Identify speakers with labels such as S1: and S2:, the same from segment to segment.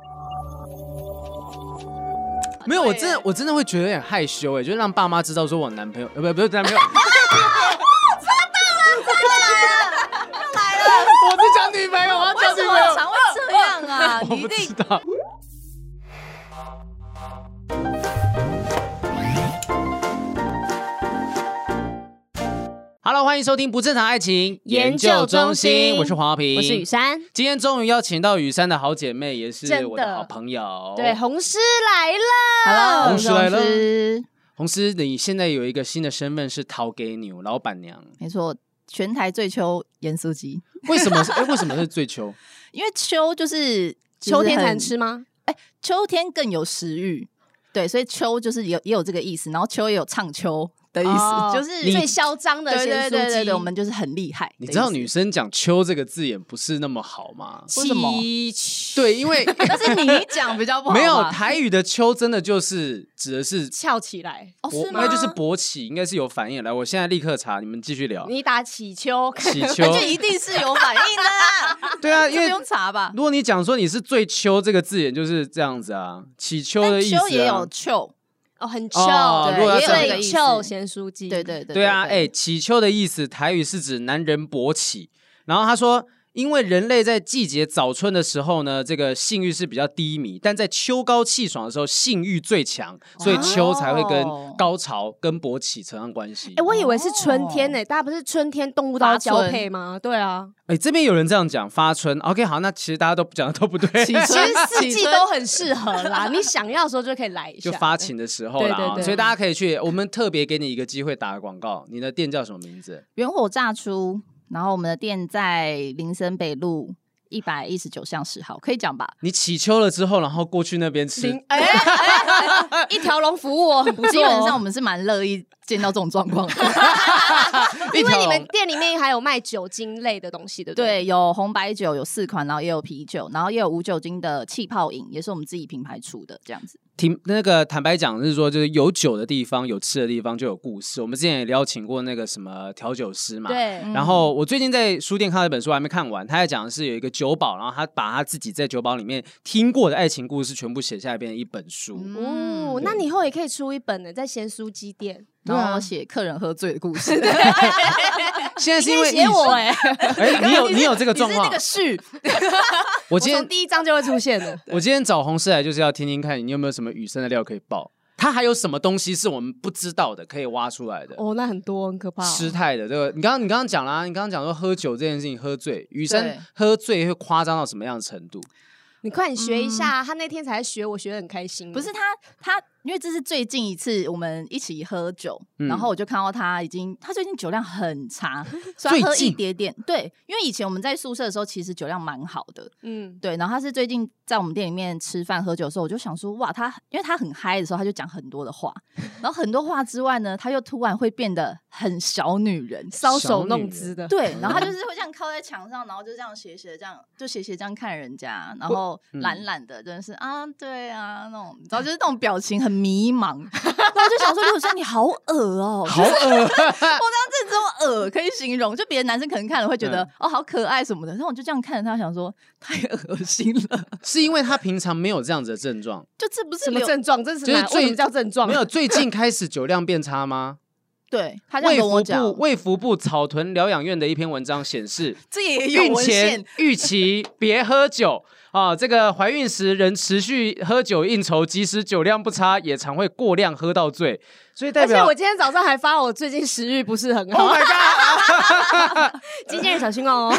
S1: 没有，我
S2: 对
S1: 真的
S2: 耶
S1: 我真的会觉得有点害羞哎，就是让爸妈知道说我男朋友，呃，不不是 男朋友，啊 我是讲女朋友，我要
S2: 为
S1: 讲
S2: 什
S1: 女朋友
S2: 么，常会这样啊？
S1: 我
S2: 你一
S1: 不
S2: 定
S1: 知道。Hello，欢迎收听不正常爱情
S3: 研究中心
S1: 我是黄浩平，
S3: 我是雨。珊，
S1: 今天终于邀请到雨珊的好姐妹，也是
S3: 真
S1: 我的
S3: 的
S1: 好朋友。
S3: 对，红师来了
S2: Hello，
S1: 红师来了
S3: 红师
S1: 红师，你现在有一个新的身份是陶给牛老板娘，
S2: 没错，全台最秋盐酥鸡，
S1: 为什 么是？哎，为什么是最秋？
S2: 因为秋就是
S3: 秋天才
S2: 很
S3: 能吃，吗？
S2: 秋天更有食欲。对，所以秋就是有也有这个意思，然后秋也有唱秋的意思，
S3: 哦
S2: 就是
S1: 你
S3: 最嚣张的
S2: 对
S3: 咸
S2: 对
S3: 酥
S2: 对
S3: 鸡
S2: 对对，我们就是很厉害的意
S1: 你
S2: 思。
S1: 知道女生讲“秋”这个字眼不是那么好吗？
S2: 为什么
S3: 七七
S1: 对，因为
S2: 但是你讲比较不好吧，
S1: 没有台语的“秋”真的就是指的是
S3: 翘起来，
S2: 哦，
S1: 勃
S2: 是
S1: 应
S2: 吗？
S1: 该就是勃起，应该是有反应。来，我现在立刻查，你们继续 聊。
S3: 你打起秋，
S1: 起秋
S2: 那，就哎一定是有反应的 啊，
S1: 对 啊，因
S2: 这不
S1: 为
S2: 用查吧？
S1: 如果你讲说你是最秋这个字眼就是这样子啊，起秋的
S2: 但
S1: 意思、啊。
S2: 秋也有秋，
S3: 哦，很秋，
S1: 哦
S2: 如果要
S3: 对，
S2: 这样
S3: 最秋咸酥鸡，
S2: 对对对，
S1: 对啊，哎、起秋的意思，台语是指男人勃起。然后他说，因为人类在季节早春的时候呢，这个性欲是比较低迷，但在秋高气爽的时候，性欲最强，所以秋才会跟高潮、跟勃起扯上关系
S3: 哦哎、。我以为是春天
S2: 哦
S3: 呢、大家不是春天动物都要交配吗？对 啊，
S1: 哎、这边有人这样讲，发春。OK，好，那其实大家都讲的都不对，
S2: 起
S3: 其
S2: 春
S3: 实四
S2: 起
S3: 季
S2: 春
S3: 都很适合啦，你想要的时候就可以来一下，
S1: 就发情的时候啦、啊
S3: 对对对
S1: 所以大家可以去，我们特别给你一个机会打个广告。你的店叫什么名字？
S2: 原火炸出，然后我们的店在林森北路一百一十九巷十号，可以讲吧？
S1: 你起秋了之后，然后过去那边吃
S3: 零。哎、哎哎一条龙服务哦很不错、
S2: 基本上我。们是蛮乐意见到这种状 况的。
S1: 一
S3: 因为
S1: 条
S3: 你们
S1: 龙。
S3: 店里面还有卖酒精类的东西，对不对？
S2: 对，有红白酒，有四款，然后也有啤酒，然后也有无酒精的气泡饮，也是我们自己品牌出的这样子。
S1: 挺那个坦白讲，是说就是有酒的地方，有吃的地方就有故事。我们之前也邀请过那个什么调酒师嘛，嗯
S3: 对
S1: 然后我最近在书店看到一本书，还没看完。他在讲的是有一个酒保，然后他把他自己在酒保里面听过的爱情故事全部写下来，变成一本书。
S3: 哦，
S1: 嗯
S3: 那你以后也可以出一本呢，在咸酥鸡店。
S2: 然后写客人喝醉的故 事。
S1: 现在是因为
S3: 你写我
S1: 哎、
S3: 哎、
S1: 哎，你有你有这个
S2: 你
S1: 状
S2: 是那
S1: 况
S2: 个，序，
S1: 我
S3: 我
S1: 今
S3: 从
S1: 天
S3: 第一章就会出现的。
S1: 我今天找红师来就是要听听看你有没有什么雨生的料可以爆，他还有什么东西是我们不知道的可以挖出来的。
S3: 哦，那很多，很可怕、
S1: 失态的这个，你刚刚你刚刚讲啦、啊你刚刚讲说喝酒这件事情，喝醉，雨
S2: 对
S1: 生喝醉会夸张到什么样的程 度？
S3: 你快点学一下，
S1: 嗯
S3: 他那天才学，我学的很开心。
S2: 不是，他，他因为这是最近一次我们一起喝酒，
S1: 嗯
S2: 然后我就看到他已经，他最近酒量很差，所以他喝
S1: 最近
S2: 一点点。对，因为以前我们在宿舍的时候，其实酒量蛮好的，
S3: 嗯，
S2: 对。然后他是最近在我们店里面吃饭喝酒的时候，我就想说，哇，他因为他很嗨的时候，他就讲很多 的话，然后很多话之外呢，他又突然会变得很小女 人。
S3: 搔首弄姿的，
S2: 对，然后他就是会这样靠在墙上，然后就这样斜斜这样，就斜斜这样看人家，然后
S1: 嗯
S2: 懒懒的，真的是啊，对啊，那种，你知道，就是那种表情很迷 茫。然后我就想说，刘珊你好恶哦、
S1: 好恶，
S2: 这种恶可以形容，就别的男生可能看了会觉得、
S1: 嗯
S2: 哦好可爱什么的，然后我就这样看着他，想说太恶心 了，
S1: 是因为他平常没有这样子的症状，
S2: 就这不是
S3: 什么
S2: 刘
S3: 症状？这是
S1: 就是
S3: 哪
S1: 最
S3: 为什么叫症 状？
S1: 没有最近开始酒量变差吗？
S2: 对他这样
S1: 卫
S2: 跟我
S1: 福
S2: 讲
S1: 部，卫福部草屯疗养院的一篇文章显示，
S2: 这也 有
S1: 孕
S2: 文
S1: 前
S2: 献，
S1: 预期别喝酒啊，这个怀孕时仍持续喝酒应酬，即使酒量不差，也常会过量喝到醉，所以代
S3: 而且
S1: 表
S3: 我今天早上还发我最近食欲不是很
S1: Oh
S3: 好，
S1: my god！
S3: 经纪人小心哦。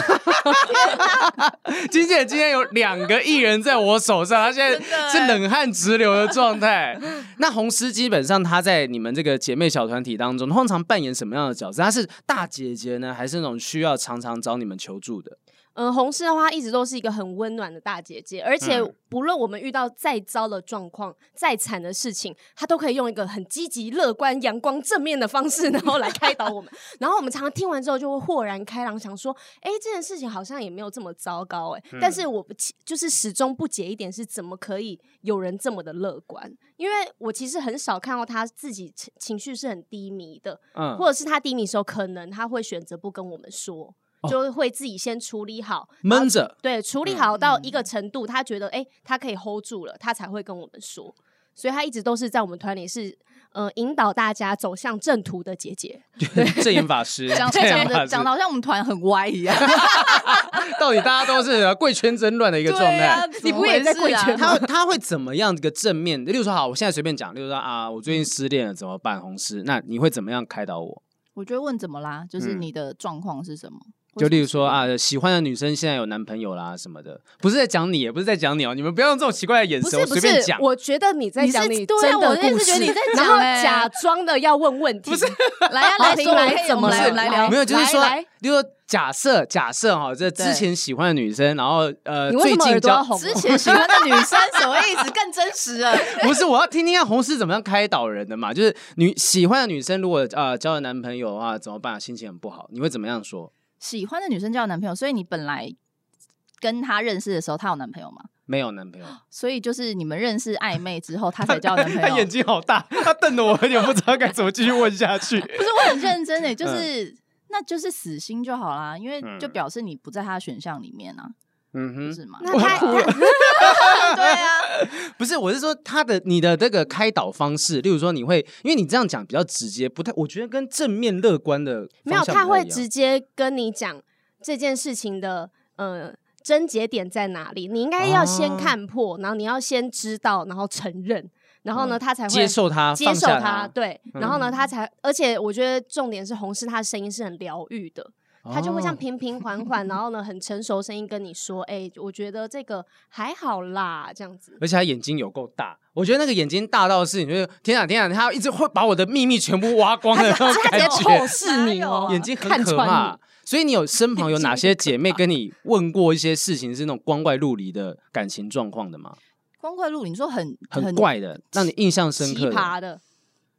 S1: 经纪人今天有两个艺人在我手上，他现
S2: 真的
S1: 在
S2: 欸
S1: 是冷汗直流的状 态。那红师基本上她在你们这个姐妹小团体当中，通常扮演什么样的角色？她是大姐姐呢，还是那种需要常常找你们求助的？
S3: 嗯，红师的话一直都是一个很温暖的大姐姐，而且
S1: 嗯
S3: 不论我们遇到再糟的状况、再惨的事情，她都可以用一个很积极、乐观、阳光、正面的方式，然后来开导我们。然后我们常常听完之后就会豁然开朗，想说：“哎，这件事情好像也没有这么糟糕哎、但是我不其就是始终不解一点是怎么可以有人这么的乐观？因为我其实很少看到她自己情情绪是很低迷的，
S1: 嗯，
S3: 或者是他低迷的时候，可能他会选择不跟我们说，
S1: 哦
S3: 就会自己先处理好，
S1: 闷
S2: 啊
S1: 着。
S2: 嗯
S3: 对，处理好到一个程度，他觉得哎、诶他可以 hold 住了，他才会跟我们说。所以她一直都是在我们团里是呃引导大家走向正途的姐姐。
S1: 正言法 师，
S2: 讲
S1: 正
S2: 讲
S1: 言
S2: 的
S1: 法
S2: 讲
S1: 师
S2: 的，好像我们团很歪一样，
S1: 到底大家都是呃贵圈争乱的 一个状
S2: 对啊
S1: 态。
S3: 你不也在贵圈
S1: 他他会怎么样一个正面？例如说，好，我现在随便讲，例如说啊，我最近失恋了，怎么办？红师，那你会怎么样开导我？
S2: 我就会问怎么啦，就是
S1: 嗯
S2: 你的状况是什么？
S1: 就例如说啊，喜欢的女生现在有男朋友啦什么的，不是在讲你，也不是在讲你哦，你们不要用这种奇怪的眼
S3: 不
S1: 神，
S3: 是
S1: 我
S3: 不
S1: 随
S3: 是
S1: 便讲，。
S3: 我觉得你在
S2: 你
S3: 讲
S2: 是
S3: 你
S2: 对啊
S3: 真的
S2: 我也是
S3: 故
S2: 觉得
S3: 事
S2: 你在，
S3: 然
S2: 讲
S3: 后
S2: 欸
S3: 假装的要问问题，不是
S2: 来呀
S3: 好
S2: 来
S3: 评
S2: 说，可
S3: 来
S2: 以
S3: 怎
S2: 我
S3: 么
S2: 们来
S3: 了
S2: 来聊，
S1: 没有，就是说
S2: 来来，
S1: 例如说假设假设哈，这之前喜欢的女生，然后呃，
S3: 你为
S1: 最
S3: 什么
S1: 近
S3: 耳朵要
S1: 交，
S3: 红？
S2: 之前喜欢的女生什么意思？ 更真实了。
S1: 不是我要听听看红师怎么样开导人的嘛，就是女喜欢的女生如果呃交了男朋友的话怎么办？心情很不好，你会怎么样说？
S2: 喜欢的女生交男朋友，所以你本来跟她认识的时候，她有男朋友吗？
S1: 没有男朋友，
S2: 所以就是你们认识暧昧之后， 她才交 男
S1: 他
S2: 朋友
S1: 眼。睛好大，他瞪得我有点不知道该怎么继续问下去。
S2: 不是，我很认真的、欸就是、那就是死心就好啦，因为就
S1: 嗯
S2: 表示你不在她的选项里面啊，
S1: 嗯
S2: 不
S1: 哼，
S2: 是吗？
S3: 那他
S2: 啊
S3: 他
S2: 对啊，
S1: 不是，我是说他的你的这个开导方式，例如说你会，因为你这样讲比较直接，不太，我觉得跟正面乐观的
S3: 没有，
S1: 方向
S3: 他
S1: 不太
S3: 会
S1: 一样
S3: 直接跟你讲这件事情的呃症结点在哪里。你应该要先
S1: 哦
S3: 看破，然后你要先知道，然后承认，然后呢，
S1: 嗯
S3: 他才会
S1: 接受他，
S3: 接
S1: 放
S3: 受
S1: 下
S3: 他，对，然后呢，
S2: 嗯
S3: 他才，而且我觉得重点是红师他的声音是很疗愈的，他就会像
S1: 哦
S3: 平平缓缓，然后呢很成熟的声音跟你说，哎，我觉得这个还好啦，这样子。
S1: 而且他眼睛有够大，我觉得那个眼睛大到是，你觉得天啊天啊，他一直会把我的秘密全部挖光的那种
S3: 他
S1: 感
S3: 直接透
S1: 觉，
S3: 视你哦，
S1: 眼睛很
S3: 看
S1: 可
S3: 穿
S1: 怕
S3: 你。。
S1: 所以你有身旁有哪些姐妹跟你问过一些事情是那种光怪陆离的感情状况的吗？
S2: 光怪陆离，你说很
S1: 很，怪的，让你印象深
S3: 奇
S1: 刻的，
S3: 葩的，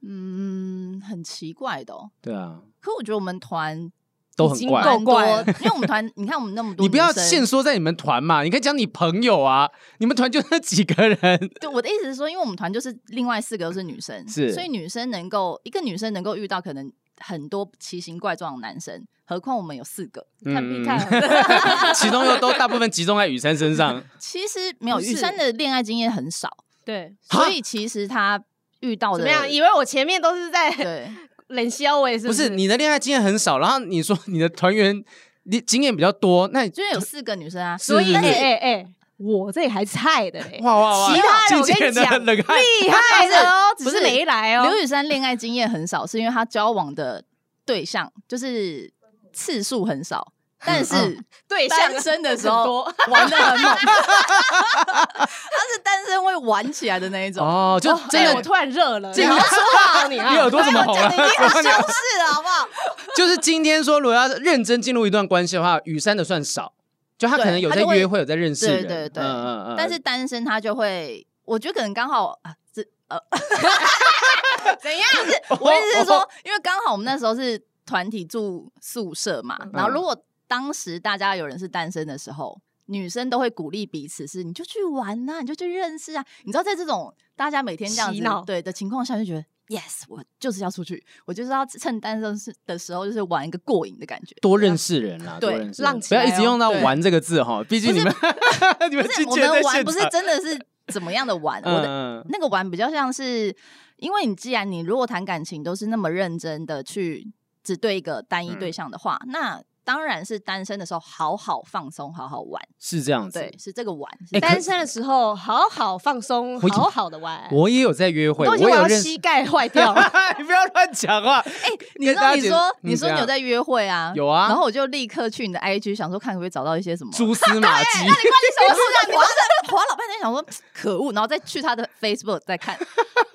S2: 嗯，很奇怪的、哦。
S1: 对啊，
S2: 可我觉得我们团
S1: 都很
S3: 已经
S1: 怪。
S3: 够
S2: 蛮
S3: 怪
S2: 多
S3: 了，
S2: 因为我们团，你看我们那么多，
S1: 你不要限，缩在你们团嘛，你可以讲你朋友啊，你们团就那几个人，
S2: 对我的意思是说，因为我们团就是另外四个都是女生，
S1: 是
S2: 所以女生能够一个女生能够遇到可能很多奇形怪状的男生，何况我们有四个。
S3: 看必
S1: 嗯
S3: 看，
S1: 其中又都大部分集中在雨珊身上，
S2: 其实没有
S3: 不是
S2: 雨珊的恋爱经验很少，
S3: 对，
S1: 哈
S2: 所以其实她遇到
S3: 怎
S2: 的
S3: 么样？以为我前面都是在
S2: 对
S3: 冷笑我也是
S1: 不是你的恋爱经验很少，然后你说你的团员你经验比较多，那你
S2: 就是有四个女生啊，
S1: 所以
S3: 哎
S1: 是
S3: 哎哎，我这里还菜的嘞，
S1: 哇哇哇，
S3: 其他人我跟你
S1: 经纪人的
S3: 讲
S1: 冷汗，
S3: 厉害的哦，
S2: 不
S3: 只
S2: 是
S3: 是没来哦
S2: 刘。雨珊恋爱经验很少，是因为她交往的对象就是次数很少，但
S3: 哦
S2: 是
S3: 对
S1: 啊
S2: 单身的时候
S3: 很多
S2: 玩的很 猛。她是单身会玩起来的那一种。
S1: 哦，就 真
S3: 哎
S1: 的
S3: 我突然热了，
S1: 这
S3: 你
S1: 个
S3: 好说话哦你
S1: 你耳
S3: 啊，
S1: 朵怎么红
S2: 讲的已
S1: 了？
S2: 经很修饰了，好不好？
S1: 就是今天说，如果要认真进入一段关系的话，雨珊的算少，就他可能有在
S2: 对他就会
S1: 约会，有在认识人，
S2: 对对对
S1: 嗯嗯嗯，
S2: 但是单身他就会，我觉得可能刚好啊，这呃， 怎样？是我意思是说，因为刚好我们那时候是团体住宿舍嘛，然
S1: 嗯
S2: 后如果当时大家有人是单身的时候。女生都会鼓励彼此是，你就去玩呐、你就去认识啊。你知道，在这种大家每天这样
S3: 洗
S2: 子
S3: 脑
S2: 对的情况下，就觉得 yes，我就是要出去，我就是要趁单身是的时候，就是玩一个过瘾的感觉。
S1: 多认识人啦，
S2: 对
S1: 多认识人
S3: 浪
S1: 不
S3: 起来
S1: 要
S3: 哦
S1: 一直用到“
S2: 对
S1: 玩”这个字哈，毕竟你们 你们
S2: 不是
S1: 经
S2: 我
S1: 纪人在
S2: 们玩，
S1: 现
S2: 不是
S1: 场，
S2: 真的是怎么样的玩。我的
S1: 嗯，
S2: 那个玩比较像是，因为你既然你如果谈感情都是那么认真的去只对一个单
S1: 嗯
S2: 一对象的话，那当然是单身的时候好好放松，好好玩，
S1: 是这样子
S2: 对，。是这个玩。是
S1: 哎可
S3: 单身的时候好好放松，
S1: 我已经
S3: 好好的玩。
S1: 我也有在约会，
S3: 都
S1: 我
S3: 已经玩
S1: 有
S3: 到
S1: 认
S3: 膝
S1: 识。啊
S3: 盖坏掉 了，
S1: 你不要乱讲话。
S2: 哎你
S1: 跟
S2: 知
S1: 大
S2: 道
S1: 家
S2: 你
S1: 解
S2: 说
S1: 嗯
S2: 你
S1: 怎
S2: 说你有
S1: 样
S2: 在约会啊？
S1: 有啊
S2: 然后我就立刻去你的 IG 想说看可不可以找到一些什么。
S1: 蛛丝马 迹，
S2: 什么事 让你滑了滑老半天，想说可恶，然后再去他的 Facebook 再看，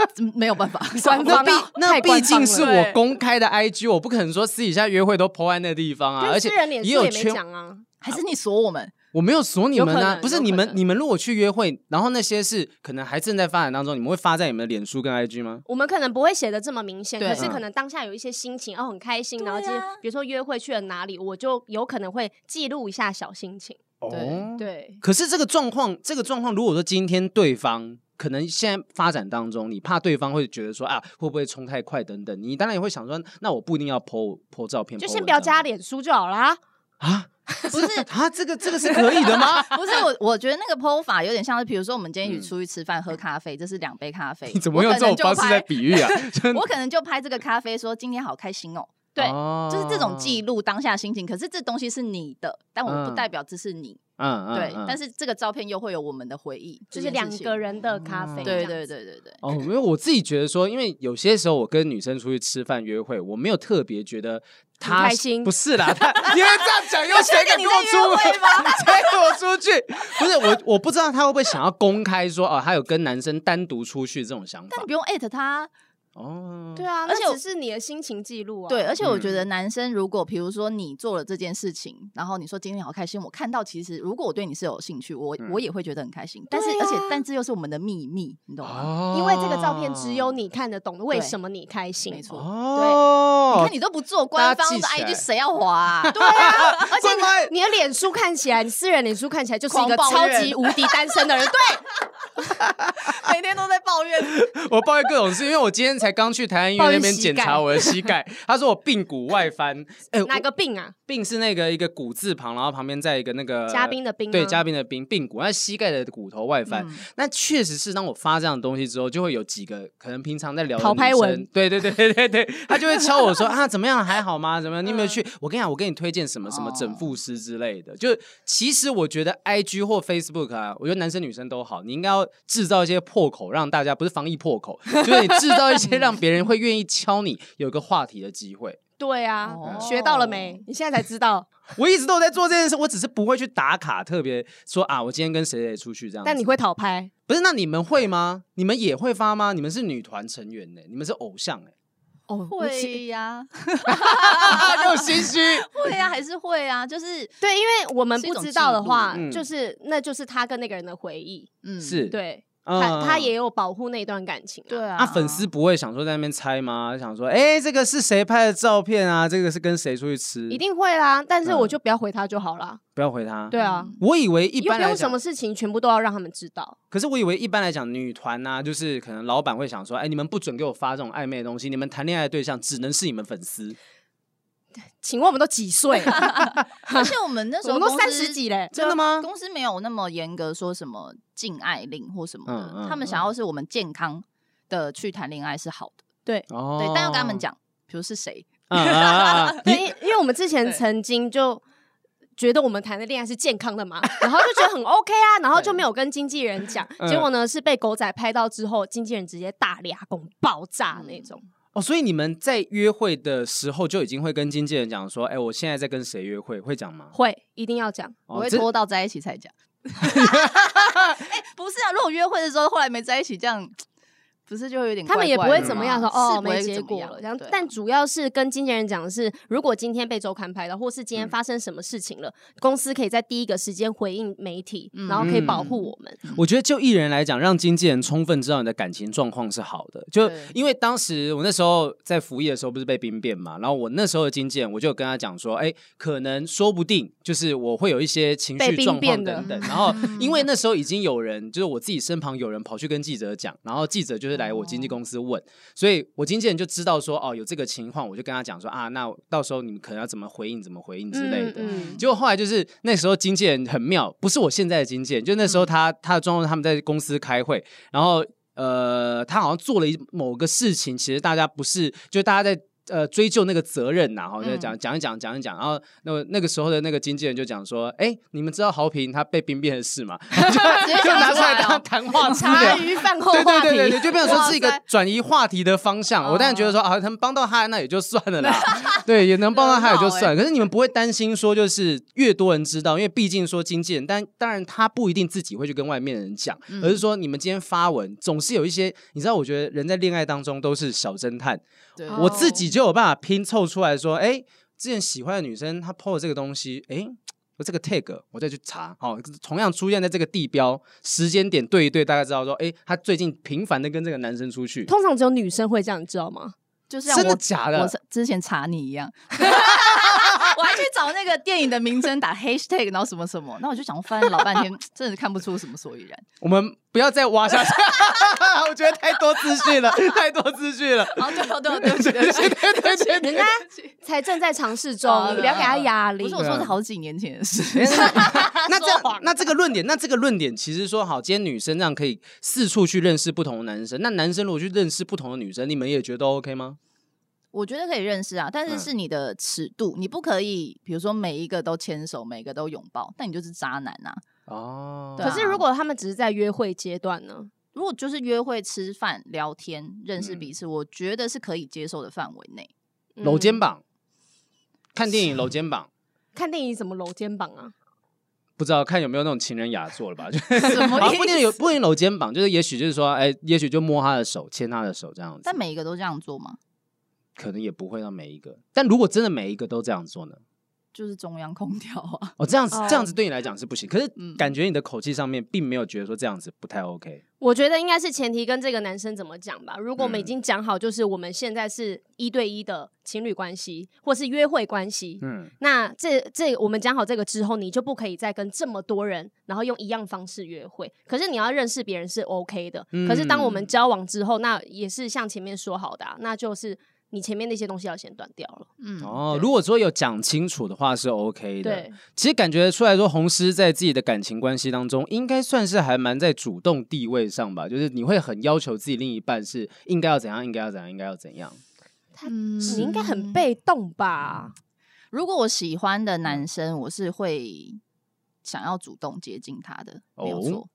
S2: 嗯没有办 法，
S3: 官
S1: 那
S3: 方
S1: 毕
S3: 啊
S1: 那
S3: 太
S1: 毕
S3: 官方
S1: 竟
S3: 了
S1: 是我公开的 IG，我不可能说私底下约会都 po 在那地方啊，
S3: 但
S1: 而
S3: 私
S1: 且
S3: 人脸书
S1: 也
S3: 也
S1: 有
S3: 没
S1: 圈，
S3: 讲啊。
S2: 还是你锁我们？
S1: 我没有锁你们
S3: 有可
S1: 啊，
S3: 能
S1: 不是
S3: 有
S1: 你
S3: 可
S1: 们
S3: 能
S1: 你们如果去约会，然后那些是可能还正在发展当中，你们会发在你们的脸书跟 IG 吗？
S3: 我们可能不会写的这么明显，
S2: 对
S3: 可是可
S1: 嗯
S3: 能当下有一些心情，哦，很开心，
S2: 对
S3: 然后今天
S2: 啊
S3: 比如说约会去了哪里，我就有可能会记录一下小心情。
S2: 对
S1: 哦。
S3: 对，
S1: 可是这个状况，这个状况，如果说今天对方可能现在发展当中，你怕对方会觉得说啊，会不会冲太快等等，你当然也会想说，那我不一定要 po po 照片，
S3: 就
S1: po
S3: 先
S1: 文
S3: 不要
S1: 章
S3: 加脸书就好啦。
S1: 啊
S2: 不是
S1: 啊，这个这个是可以的 吗？
S2: 不是我，我觉得那个剖法有点像是，比如说我们今天一起出去吃饭、喝咖啡，这是两杯咖啡，
S1: 你嗯 怎么用这
S2: 我可能
S1: 种
S2: 就
S1: 方式在
S2: 拍
S1: 比喻啊？ 真的
S2: 我可能就拍这个咖啡，说今天好开心哦。对，
S1: 哦
S2: 就是这种记录当下心情。可是这东西是你的，但我不
S1: 嗯
S2: 代表这是你。
S1: 嗯嗯，
S2: 对，
S1: 嗯
S2: 但。是这个照片又会有我们的回忆，
S3: 就是两个
S2: 人。
S3: 人的咖啡，
S2: 对对，对对对，
S1: 哦，因为我自己觉得说，因为有些时候我跟女生出去吃饭约会，我没有特别觉得她
S3: 开心
S1: 不是啦， 她因为这样讲，有谁敢跟我出
S2: 确定你在约会吗
S1: 谁跟我出去？不是我，我不知道她会不会想要公开说哦，她有跟男生单独出去这种想
S2: 但
S1: 法
S2: 你不用艾特他。
S1: 哦。
S3: 对啊，
S2: 而且
S3: 那
S2: 我
S3: 只是你的心情记录啊，
S2: 对，而且我觉
S1: 嗯
S2: 得男生如果比如说你做了这件事情，然后你说今天好开心，我看到其实如果我对你是有兴趣，我
S1: 嗯
S2: 我也会觉得很开心。但是
S3: 对啊
S2: 而且但这又是我们的秘密，你懂吗？
S1: 哦
S3: 因为这个照片只有你看得懂的，为什么你开心？
S2: 没错
S1: 哦，
S2: 你看你都不做官
S1: 大家
S2: 方
S1: 记
S2: 的
S1: 起来
S2: IG，谁要滑啊？
S3: 对啊，而且
S1: 乖乖
S3: 你你的脸书看起来，你私人脸书看起来就是一个
S2: 狂抱
S3: 超
S2: 怨
S3: 级无敌单 身的人，对，
S2: 每天都在抱怨。
S1: 我抱怨各种事，因为我今天才刚去台安医院那边检查我的膝盖，他说我髌骨外 翻，哎、
S3: 哪
S1: 我
S3: 个病啊？
S1: 髌是那个一个骨字旁，然后旁边再一个那个
S3: 嘉宾的宾吗嗯
S1: 对嘉宾的宾髌骨，那膝盖的骨头外翻，那确实是当我发这样的东西之后，就会有几个可能平常在聊的
S3: 讨拍文
S1: 女生，对对对对对 对，他就会敲我说啊怎么样还好吗？怎么样？你有没有去？我跟你讲，我给你推荐什么什么
S2: 哦
S1: 整复师之类的。就其实我觉得 I G 或 Facebook 啊，我觉得男生女生都好，你应该要制造一些破口，让大家不是防疫破口，就是你制造一 些让别人会愿意敲你有个话题的机会。
S3: 对啊
S2: 哦，
S3: 学到了没？你现在才知道，
S1: 我一直都有在做这件事，我只是不会去打卡，特别说啊，我今天跟谁谁出去这样子。
S3: 但你会讨拍，
S1: 不是，那你们会吗？你们也会发吗？你们是女团成员呢、你们是偶像哎、
S3: 哦
S2: 会呀，
S1: 又心虚。
S2: 会呀，还是会啊，就是
S3: 对，因为我们
S2: 是一
S3: 不
S2: 种
S3: 知道的话
S1: 记录嗯，
S3: 就是那就是他跟那个人的回忆，
S2: 嗯，
S1: 是
S3: 对
S1: 嗯
S3: 他他也有保护那段感情啊，
S2: 对啊。
S1: 啊，粉丝不会想说在那边猜吗？想说，哎、这个是谁拍的照片啊？这个是跟谁出去吃？
S3: 一定会啦。但是
S1: 嗯
S3: 我就不要回他就好啦。
S1: 不要回他。
S2: 嗯
S3: 对啊，
S1: 我以为一
S3: 又
S1: 般
S3: 不
S1: 来
S3: 用什
S1: 讲
S3: 么，事情全部都要让他们知道。
S1: 可是我以为一般来讲，女团呐、啊，就是可能老板会想说，哎、你们不准给我发这种暧昧的东西，你们谈恋爱的对象只能是你们粉丝。
S3: 请问我们都几 岁了？
S2: 而且我 们那时
S3: 我
S2: 候
S3: 们都
S2: 公司啊
S3: 三十几嘞，
S1: 真的吗
S2: 公司没有那么严格说什么禁爱令或什么的，
S1: 嗯嗯
S2: 他们想要是我们健康的去谈恋爱是好的，
S1: 哦
S2: 对，但要跟他们，讲，比如是谁，
S1: 嗯啊啊啊
S3: 因为因为我们之前
S2: 对
S3: 曾经就觉得我们谈的恋爱是健康的嘛，然后就觉得很 OK 啊，然后就没有跟经纪人讲，
S1: 嗯
S3: 结果呢是被狗仔拍到之后，经纪人直接大俩拱爆炸
S2: 嗯
S3: 那种。
S1: 哦，所以你们在约会的时候就已经会跟经纪人讲说，哎、我现在在跟谁约会，会讲吗？
S3: 会一定要讲，
S2: 我
S1: 哦，
S2: 会
S1: 这
S2: 拖到在一起 才讲。哎、不是啊，如果约会的时候后来没在一起，这样不是就会有点
S3: 他们也不
S2: 怪怪
S3: 会
S2: 的
S3: 怎么
S2: 吗
S3: 样说
S2: 是
S3: 哦，
S2: 不会
S3: 没结
S2: 怎么
S3: 果
S2: 样
S3: 了。然后
S2: 对啊，
S3: 但主要是跟经纪人讲的是，如果今天被周刊拍到，或是今天
S1: 嗯
S3: 发生什么事情了，公司可以在第一个时间回应媒体，
S2: 嗯
S3: 然后可以保护我们。
S1: 我觉得就艺人来讲，让经纪人充分知道你的感情状况是好的。就
S2: 对
S1: 因为当时我那时候在服役的时候，不是被兵变嘛，然后我那时候的经纪人，我就有跟他讲说，哎，可能说不定就是我会有一些情
S3: 被
S1: 绪
S3: 兵
S1: 状况
S3: 变的嗯
S1: 等 等。然后因为那时候已经有人，就是我自己身旁有人跑去跟记者讲，然后记者就是来我经纪公司问，所以我经纪人就知道说，哦，有这个情况，我就跟他讲说啊，那到时候你们可能要怎么回应，怎么回应之类的。
S3: 嗯
S1: 结果后来就是那时候经纪人很妙，不是我现在的经纪人，就那时候他、他的状况，他们在公司开会，然后呃，他好像做了一某个事情，其实大家不是，就大家在。呃，追究那个责任呐、然后就讲讲一讲，讲一讲，然后那个那个时候的那个经纪人就讲说，哎，你们知道豪平他被兵变的事吗？就
S2: 接讲
S1: 就拿出
S2: 出来
S1: 来
S2: 哦
S1: 当谈话资
S3: 茶
S1: 料，
S3: 余饭后
S1: 对
S3: 话
S1: 对
S3: 题，
S1: 对对对，就变成说是一
S2: 哇
S1: 个
S2: 塞
S1: 转移话题的方向。我当然觉得说啊，他们帮到他那也就算了啦， 对，也能帮到他也就算了。可是你们不会担心说，就是越多人知道，因为毕竟说经纪人，但当然他不一定自己会去跟外面人讲，而是说你们今天发文总是有一些，你知道，我觉得人在恋爱当中都是小侦探，
S2: 对
S3: 哦
S1: 我自己就有办法拼凑出来说，哎，之前喜欢的女生她 PO 了这个东西，哎。我这个 tag 我再去查，哦，同样出现在这个地标时间点对一对，大概知道说，哎，她最近频繁的跟这个男生出去，
S3: 通常只有女生会这样，你知道吗？
S2: 就像
S1: 真的
S2: 我
S1: 假
S2: 我
S1: 的？
S2: 是之前查你一 样，我还去找那个电影的名称打 hashtag，然后什么什么，那我就想翻了老半天，真的是看不出什么所以然。
S1: 我们不要再挖下去，啦， 我觉得太多资讯了，太多资讯了。
S2: 哦，对哦，对哦，对不起， 对不起，对不起，
S3: 人家才正在尝试中，
S2: 哦
S3: 你不要给他压力。啊
S2: 不是我说 是好几年前的事，
S1: 那这
S2: 说
S1: 样，那这个论点，那这个论点，其实说好，今天女生这样可以四处去认识不同的男生，那男生如果去认识不同的女生，你们也觉得 OK 吗？
S2: 我觉得可以认识啊，但是
S1: 嗯
S2: 是你的尺度，你不可以，比如说每一个都牵手，每个都拥抱，那你就是渣男啊。
S1: 哦，
S2: 对
S3: 可
S2: 啊
S3: 是如果他们只是在约会阶段呢？
S2: 如果就是约会、吃饭、聊天、认识
S1: 嗯
S2: 彼此，我觉得是可以接受的范围内。
S3: 嗯
S1: 搂肩，膀，看电影搂肩膀，
S3: 看电影怎么搂肩膀啊？
S1: 不知道看有没有那种情人雅座了吧？就
S2: 什么
S1: 啊，
S2: 意
S1: 不一定
S2: 思
S1: 有，不一定搂肩膀，就是也许就是说，哎，也许就摸她的手，牵她的手这样子，
S2: 但每一个都这样做吗？
S1: 可能也不会到每一个。但如果真的每一个都这样做呢？
S2: 就是中央空调 啊，
S1: 哦，这样子、
S3: 哦
S1: 这样子对你来讲是不行，可是
S2: 嗯
S1: 感觉你的口气上面并没有觉得说这样子不太 OK。
S3: 我觉得应该是前提跟这个男生怎么讲吧。如果我们已
S1: 嗯
S3: 经讲好，就是我们现在是一对一的情侣关系，或是约会关系，
S1: 嗯，
S3: 那这这我们讲好这个之后，你就不可以再跟这么多人，然后用一样方式约会。可是你要认识别人是 OK 的，
S1: 嗯
S3: 可是当我们交往之后，那也是像前面说好的、啊，那就是你前面那些东西要先断掉了。
S2: 嗯，
S1: 哦，
S2: 对
S1: 如果说有讲清楚的话是 OK 的。
S3: 对，
S1: 其实感觉出来说，红师在自己的感情关系当中，应该算是还蛮在主动地位上吧，就是你会很要求自己另一半是应该要怎样，应该要怎样，应该要怎样。
S2: 嗯
S3: 你应该很。被嗯动
S1: 嗯
S3: 吧？
S2: 如果我喜欢的男生，我是会想要主动接近他的，没有
S1: 哦
S2: 错，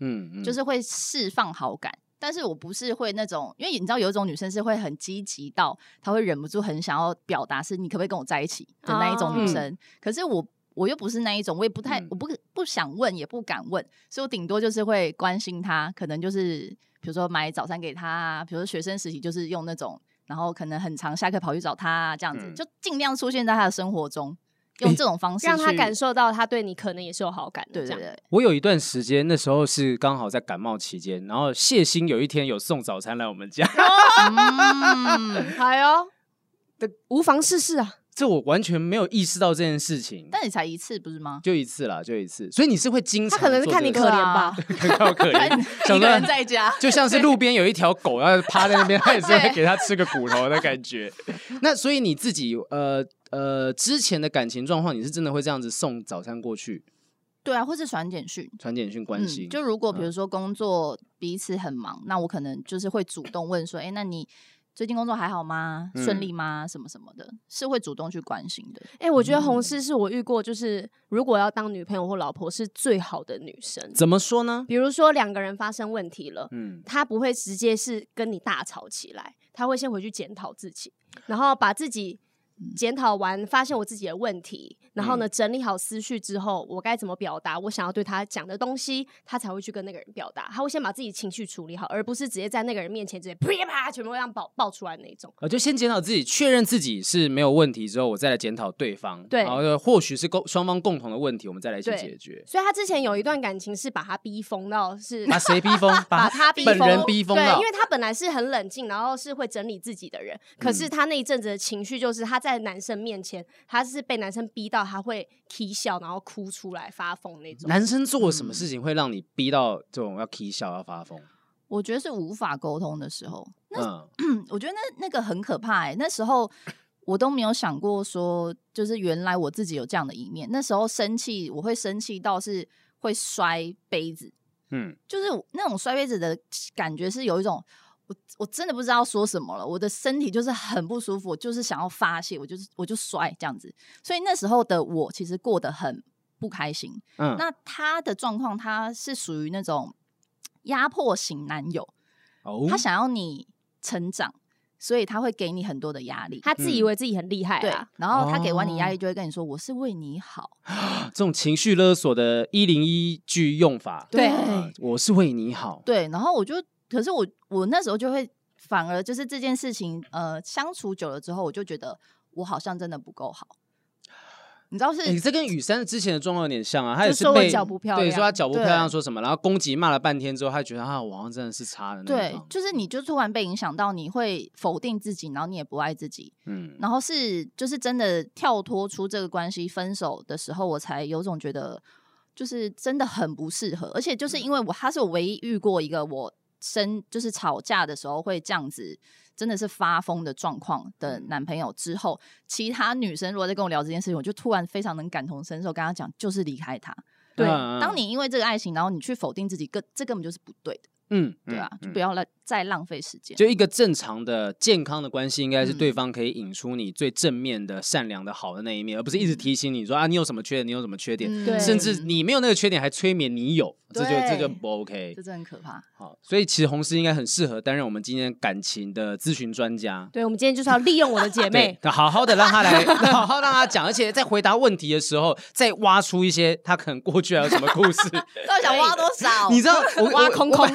S1: 嗯，嗯
S2: 就是会释放好感。但是我不是会那种，因为你知道有一种女生是会很积极到，她会忍不住很想要表达是你可不可以跟我在一起的那一种
S3: 哦
S2: 女生。可是我我又不是那一种，我也不太、
S1: 嗯
S2: 我不不想问，也不敢问，所以我顶多就是会关心她，可能就是比如说买早餐给她啊，比如说学生时期就是用那种，然后可能很常下课跑去找她啊、这样子，
S1: 嗯
S2: 就尽量出现在她的生活中，用这种方式
S3: 让他
S2: 去
S3: 感受到他对你可能也是有好感的，
S2: 对
S3: 这
S2: 对
S3: 样。
S2: 对。
S1: 我有一段时间，那时候是刚好在感冒期间，然后谢欣有一天有送早餐来我们家，
S2: 嗯，
S3: 哎呦，无妨试试啊！
S1: 这我完全没有意识到这件事情。
S2: 但你才一次不是吗？
S1: 就一次啦，就一次，所以你是会经
S3: 他
S1: 常
S3: 可能是
S1: 做
S3: 看
S1: 这
S3: 你
S1: 个
S3: 可怜
S1: 事
S2: 啊
S3: 吧，
S1: 情 看我可 怜，想
S2: 一个人
S1: 说
S2: 在家，
S1: 就像是路边有一条狗，然后趴在那边，他也是会
S2: 对
S1: 给它吃个骨头的感觉。 那所以你自己呃呃之前的感情状况，你是真的会这样子送早餐过去，
S2: 对啊，或是传简讯。
S1: 传简讯关
S2: 嗯
S1: 心，，
S2: 就如果比如说工作彼此很忙，那我可能就是会主动问说：“哎、那你最近工作还好吗？顺
S1: 嗯
S2: 利吗？什么什么的，是会主动去关心的。
S3: 哎、我觉得红师是我遇过，就是如果要当女朋友或老婆，是最好的女生。
S1: 怎么说呢？
S3: 比如说两个人发生问题了，
S1: 嗯，
S3: 她不会直接是跟你大吵起来，她会先回去检讨自己，然后把自己检讨完，发现我自己的问题，然后呢整理好思绪之后，我该怎么表达我想要对她讲的东西，她才会去跟那个人表达。她会先把自己情绪处理好，而不是直接在那个人面前直接噼啪全部让爆爆出来那种。
S1: 呃我就先检讨自己，确认自己是没有问题之后，我再来检讨对方，
S3: 对
S1: 然后就或许是共双方共同的问题，我们再来一起
S3: 对
S1: 解决。
S3: 所以她之前有一段感情是把她逼疯到是
S1: 把谁逼 疯？
S3: 把他逼
S1: 本
S3: 疯，
S1: 人逼疯
S3: 对，
S1: 了
S3: 因为他本来是很冷静，然后是会整理自己的人，可
S1: 嗯
S3: 是他那一阵子的情绪就是他在男生面前，他是被男生逼到他会啼笑，然后哭出来发疯那种。
S1: 男生做了什么事情会让你逼到这种要 k 笑要发疯？
S2: 我觉得是无法沟通的时候，
S1: 嗯，
S2: 嗯，我觉得那那个很可怕、欸。那时 候我都没有想过说，就是原来我自己有这样的一面。那时候生气，我会生气到是会摔杯子，
S1: 嗯，
S2: 就是我那种摔杯子的感觉是有一种，我我真的不知道说什么了，我的身体就是很不舒服，我就是想要发泄，我就是我就摔这样子。所以那时候的我其实过得很不开心。
S1: 嗯，
S2: 那他的状况，他是属于那种压迫型男友，
S1: 哦
S2: 他想要你成长，所以他会给你很多的压力。
S3: 他自
S1: 嗯
S3: 以为自己很厉害
S2: 对
S3: 啊，，
S2: 然后他给完你
S1: 哦
S2: 压力，就会跟你说：“我是为你好。
S1: 这种情绪勒索的一零一句用法，
S3: 对
S1: 啊我是为你好，
S2: 对，然后我就，可是我我那时候就会反而就是这件事情，呃，相处久了之后，我就觉得我好像真的不够好，你知道是，
S1: 哎、这跟雨珊之前的状况有点像啊，她也是
S3: 就说我
S1: 被
S3: 脚不漂亮
S1: 对，说她脚不漂亮，
S2: 对
S1: 说什么，然后攻击骂了半天之后，她觉得啊，我好像真的是差的那一
S2: 对
S1: 方，，
S2: 就是你就突然被影响到，你会否定自己，然后你也不爱自己，
S1: 嗯，
S2: 然后是就是真的跳脱出这个关系，分手的时候，我才有种
S1: 嗯
S2: 觉得就是真的很不适合，而且就是因为我他是我唯一遇过一个我生就是吵架的时候会这样子，真的是发疯的状况的
S1: 嗯
S2: 男朋友之后，其他女生如果在跟我聊这件事情，我就突然非常能感同身受，跟他讲就是离开他。
S3: 对
S1: 嗯
S2: 当你因为这个爱情，然后你去否定自己，根这根本就是不对的，
S1: 嗯，
S2: 对啊，
S1: 嗯
S2: 就不要浪再浪费时间。
S1: 就一个正常的、健康的关系，应该是
S2: 嗯
S1: 对方可以引出你最正面的、善良的、好的那一面，而不是一直提醒你说啊，你有什么缺点，你有什么缺点，
S2: 嗯
S3: 对
S1: 甚至你没有那个缺点还催眠你有，这就这就
S2: 对
S1: 不 OK
S2: 嗯这。真的很可怕。
S1: 好，所以其实红师应该很适合担任我们今天感情的咨询专家。
S3: 对，我们今天就是要利用我的姐妹
S1: 对，，那好好的让他来， 好好让他讲，而且在回答问题的时候，再挖出一些他可能过去还有什么故 事。
S2: 到底想挖多少？
S1: 你知道我
S3: 哦挖空空，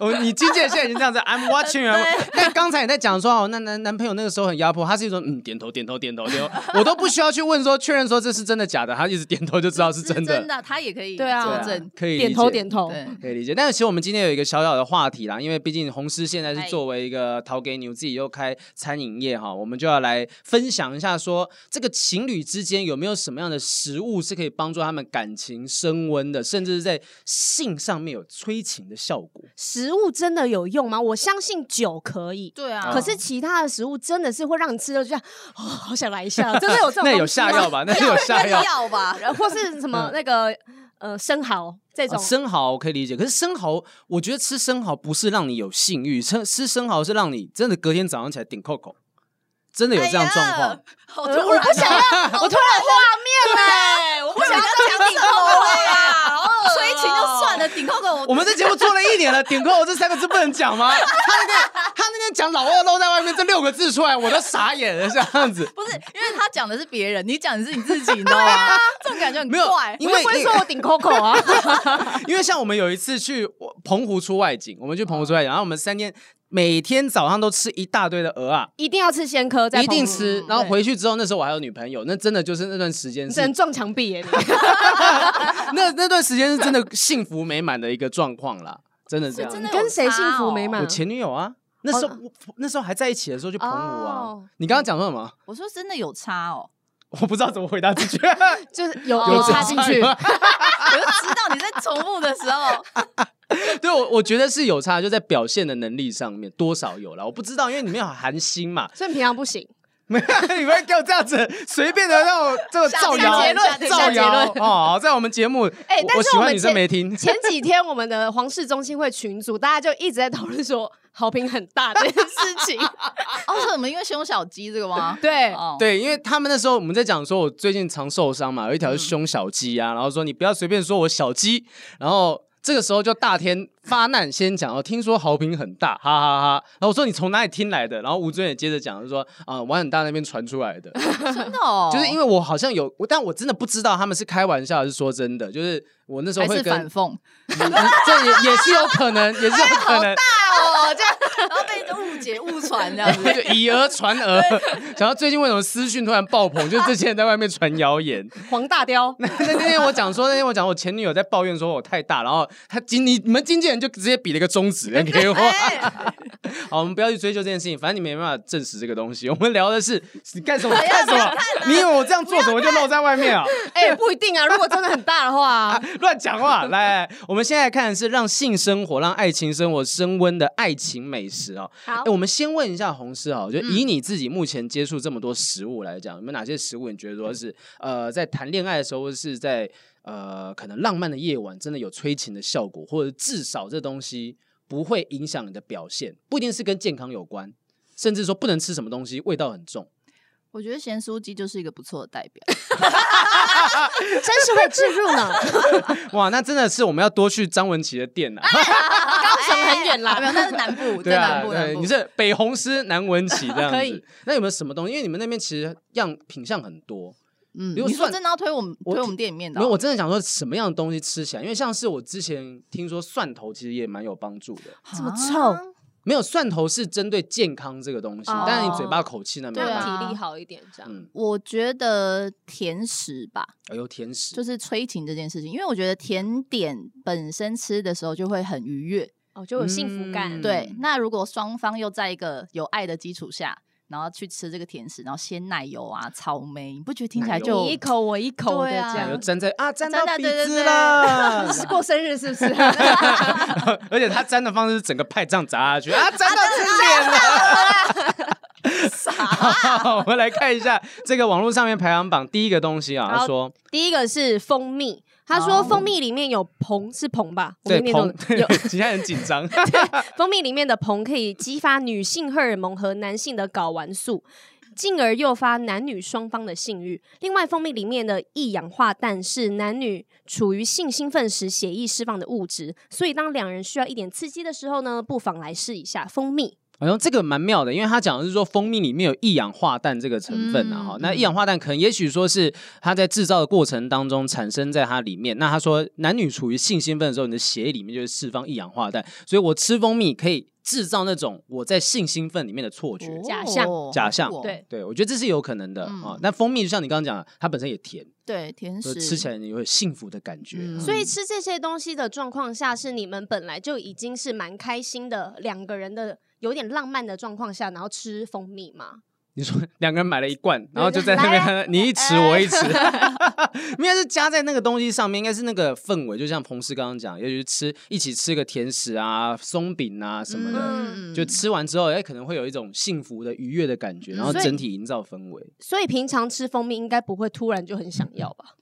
S1: 我我你经纪人现在已经这样子，I'm watching 啊
S2: 对。
S1: 但刚才你在讲说哦，那男男朋友那个时候很压迫，他是一种嗯点头点头点头点头，我都不需要去问说确认说这是真的假的，他一直点头就知道是
S2: 是
S1: 真
S2: 真
S1: 的，
S2: 的，他也可以
S3: 对啊
S2: 作
S1: 对啊
S2: 证。
S1: 可以
S3: 点
S1: 理
S3: 头
S1: 解
S3: 点头。
S2: 对，
S1: 可以理解，但是其实我们今天有一个小小的话题啦，因为毕竟红师现在是
S2: 哎
S1: 作为一个陶给牛自己又开餐饮业哈，我们就要来分享一下说，这个情侣之间有没有什么样的食物是可以帮助他们感情升温的，甚至是在性上面有催情的效果。
S3: 食物真的有用吗？我相信酒可以。
S2: 对啊。
S3: 可是
S1: 哦
S3: 其他的食物真的是会让你吃了就像，哦，好想来一下，真的有这 种
S1: 那有
S3: 东西
S1: 下
S3: 吗
S1: 药吧？那嗯有下药。
S2: 要 吧，
S3: 呃 或是什么那个呃生蚝这
S1: 啊
S3: 种，
S1: 生蚝我可以理解，可是生蚝，我觉得吃生蚝不是让你有性欲，吃吃生蚝是让你真的隔天早上起来顶扣扣，真的有这样状况。
S2: 哎好啊
S3: 呃我不想要，我突然
S2: 对，我不想要讲顶扣位 啊，催情就算了，顶扣 个
S1: 我
S2: 哦我
S1: 们这节目做了一年了，顶扣这三个字不能讲 吗？他那天他那天讲老二露在外面这六个字出来，我都傻眼了，这样 子。
S2: 不是因为他讲的是别人，你讲的是你自己，你知道吗？这种感觉很
S1: 没有
S2: 怪，
S1: 因为
S3: 我不会说我顶 Coco 啊，
S1: 因为像我们有一次去澎湖出外景，我们去澎湖出外景，然后我们三天每天早上都吃一大堆的鹅啊，
S3: 一定要吃鲜科，在
S1: 一定
S3: 澎湖
S1: 吃。然后
S2: 对
S1: 回去之后，那时候我还有女朋友，那真的就是那段时间
S3: 你
S1: 是
S3: 只能撞墙壁耶，你
S1: 那那段时间是真的幸福美满的一个状况啦，真的这样。
S2: 真的有
S3: 跟谁幸福美
S2: 差哦
S3: 满
S1: 我？前女友啊，那时候、我那时候还在一起的时候去澎湖啊。
S3: 哦
S1: 你刚刚讲说什么？
S2: 我说真的有差 哦，
S1: 我不知道怎么回答这句，
S3: 就是 有
S2: 哦
S3: 有插进去，
S2: 我就知道你在重复的时候，
S1: 对我我觉得是有差，就在表现的能力上面多少有啦。我不知道，因为里面有含心嘛，
S3: 所以平常不行。
S1: 没有你们给我这样子随便的让我这个
S2: 下
S1: 造谣
S2: 下结论
S1: 造
S2: 下结
S1: 谣
S2: 论
S1: 哦，在我们节目，
S3: 哎但
S1: 我
S3: 是
S1: 喜
S3: 我
S1: 欢
S3: 们
S1: 女生
S3: 节
S1: 没听，
S3: 前几天我们的皇室中心会群组，大家就一直在讨论说好评很大这件 事情。
S2: 哦，是我们因为胸小鸡这个吗？
S3: 对，
S2: 哦，
S1: 对，因为他们那时候我们在讲说，我最近常受伤嘛，有一条是胸小肌啊，然后说你不要随便说我小鸡，然后这个时候就大天发难，先讲哦，听说好评很大，哈哈哈然后我说你从哪里听来的？然后吴尊也接着讲，就说啊，玩很大那边传出来的，
S2: 真的哦，
S1: 就是因为我好像有，我但我真的不知道他们是开玩笑还是说真的，就是我那时候
S2: 还
S1: 会
S2: 是反哎
S1: 跟
S2: 讽，
S1: 嗯这也也是有可能，也是有可能。
S2: 哦，这样， 然后被误解误传这样子，
S1: 就以讹传讹，想到最近为什么私讯突然爆棚，就是这些人在外面传谣言。
S3: 黄大雕，
S1: 那那天我讲说，那天我讲我前女友在抱怨说我太大，然后她经你你们经纪人就直接比了一个中指给我。
S2: 哎
S3: 哎
S1: 好，我们不要去追究这件事情，反正你们也没办法证实这个东西。我们聊的是你干
S2: 哎
S1: 什么干什么，
S2: 啊
S1: 你以为我这样做什么就露在外面啊？
S3: 哎，不一定啊，如果真的很大的话，
S1: 乱讲话！来，我们现在看的是让性生活、让爱情生活升温的爱情美食哦。
S3: 好嗯
S1: 哎，我们先问一下红师哦，就以你自己目前接触这么多食物来讲，有没有哪些食物你觉得说是呃，在谈恋爱的时候，或是在呃可能浪漫的夜晚，真的有催情的效果，或者至少这东西不会影响你的表现，不一定是跟健康有关，甚至说不能吃什么东西味道很 重。
S2: 我觉得咸酥鸡就是一个不错的代表。
S3: 真是会置入呢。
S1: 哇，那真的是我们要多去张文琪的店啊！
S3: 高雄很远啦
S2: 哎没有，那是南部，
S1: 对
S2: 在
S1: 啊，
S2: 南部，
S1: 对，
S2: 南部
S1: 你。是北红师南 文琪这样
S3: 可
S1: 子
S3: 以。
S1: 那有没有什么东西？因为你们那边其实样品相很多。
S2: 嗯，
S1: 如果
S2: 你说
S1: 算
S2: 真的要推我们
S1: 我
S2: 推我们店里面的
S1: 没
S2: 哦，
S1: 有，我真的想说什么样的东西吃起来？因为像是我之前听说蒜头其实也蛮有帮助的。
S2: 啊
S3: 这么臭，
S1: 没有，蒜头是针对健康这个东西，
S3: 哦
S1: 但是你嘴巴口气那没
S2: 对
S1: 有
S2: 啊
S1: 办法。
S3: 体力好一点这样。
S1: 嗯，
S2: 我觉得甜食吧，
S1: 哎呦，甜食
S2: 就是催情这件事情，因为我觉得甜点本身吃的时候就会很愉悦。
S3: 哦，就有幸福感。
S1: 嗯
S2: 对，那如果双方又在一个有爱的基础下，然后去吃这个甜食，然后鲜奶油啊、草莓，你不觉得听起
S1: 奶
S2: 来
S1: 油
S2: 就
S3: 你一口我一口的这
S2: 对啊
S1: 奶油
S3: 样，
S1: 沾在啊，沾到
S2: 沾到
S1: 鼻
S2: 对对
S1: 子
S2: 对
S1: 了，
S3: 是过生日是不是？
S1: 而且他沾的方式是整个派这样砸下去啊，沾到 自己脸了。好，我们来看一下这个网络上面排行榜第一个东西啊，
S3: 好
S1: 他说
S3: 第一个是蜂蜜，他说
S2: 哦
S3: 蜂蜜里面有硼，是硼吧？我
S1: 对
S3: 们念
S1: 彭
S3: 懂有，
S1: 其他人紧张，
S3: 蜂蜜里面的硼可以激发女性荷尔蒙和男性的睾丸素，进而诱发男女双方的性欲。另外，蜂蜜里面的一氧化氮是男女处于性兴奋时血液释放的物质，所以当两人需要一点刺激的时候呢，不妨来试一下蜂蜜。
S1: 好像这个蛮妙的，因为他讲的是说蜂蜜里面有一氧化氮这个成分啊，
S2: 嗯
S1: 哈、那一氧化氮可能也许说是它在制造的过程当中产生在它里面。那他说男女处于性兴奋的时候，你的血液里面就会释放一氧化氮，所以我吃蜂蜜可以制造那种我在性兴奋里面的错觉。
S3: 假象
S2: 哦
S1: 假象
S2: 好酷哦
S3: 对
S1: 对，我觉得这是有可能的啊、
S2: 嗯
S1: 那蜂蜜就像你刚刚讲的，它本身也甜，
S2: 对，甜
S1: 所
S2: 食
S1: 以呃吃起来你会有幸福的感觉。
S2: 嗯
S1: 嗯
S3: 所以吃这些东西的状况下，是你们本来就已经是蛮开心的两个人的。有点浪漫的状况下，然后吃蜂蜜吗？
S1: 你说 两个人买了一罐，然后就在那
S3: 来哎
S1: 边你一匙 我一匙， 应该是加在那个东西上面，应该是那个氛围，就像彭师刚刚讲，也许吃一起吃个甜食啊、松饼啊什么的。
S2: 嗯
S1: 就吃完之后，哎，可能会有一种幸福的、愉悦的感觉，
S2: 嗯
S1: 然后
S3: 所以
S1: 整体营造氛围。
S3: 所以平常吃蜂蜜应该不会突然就很想要吧？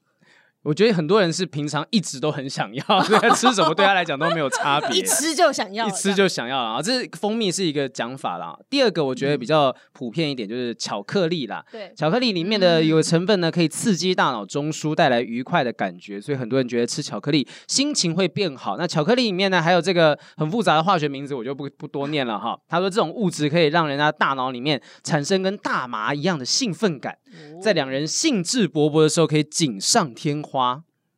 S1: 我觉得很多人是平常一直都很想要， 对啊吃什么对他来讲都没有差别，
S3: 一吃就想要了，
S1: 一吃就想要了啊！这是蜂蜜是一个讲法啦。第二个我觉得
S2: 嗯
S1: 比较普遍一点，就是巧克力啦。
S3: 对。
S1: 巧克力里面
S2: 嗯
S1: 的有成分呢，可以刺激大脑中枢，带来愉快的感觉，所以很多人觉得吃巧克力心情会变好。那巧克力里面呢，还有这个很复杂的化学名字，我就不不多念了哈。他说这种物质可以让人家大脑里面产生跟大麻一样的兴奋感，
S2: 哦
S1: 在两人兴致勃勃的时候可以锦上添花。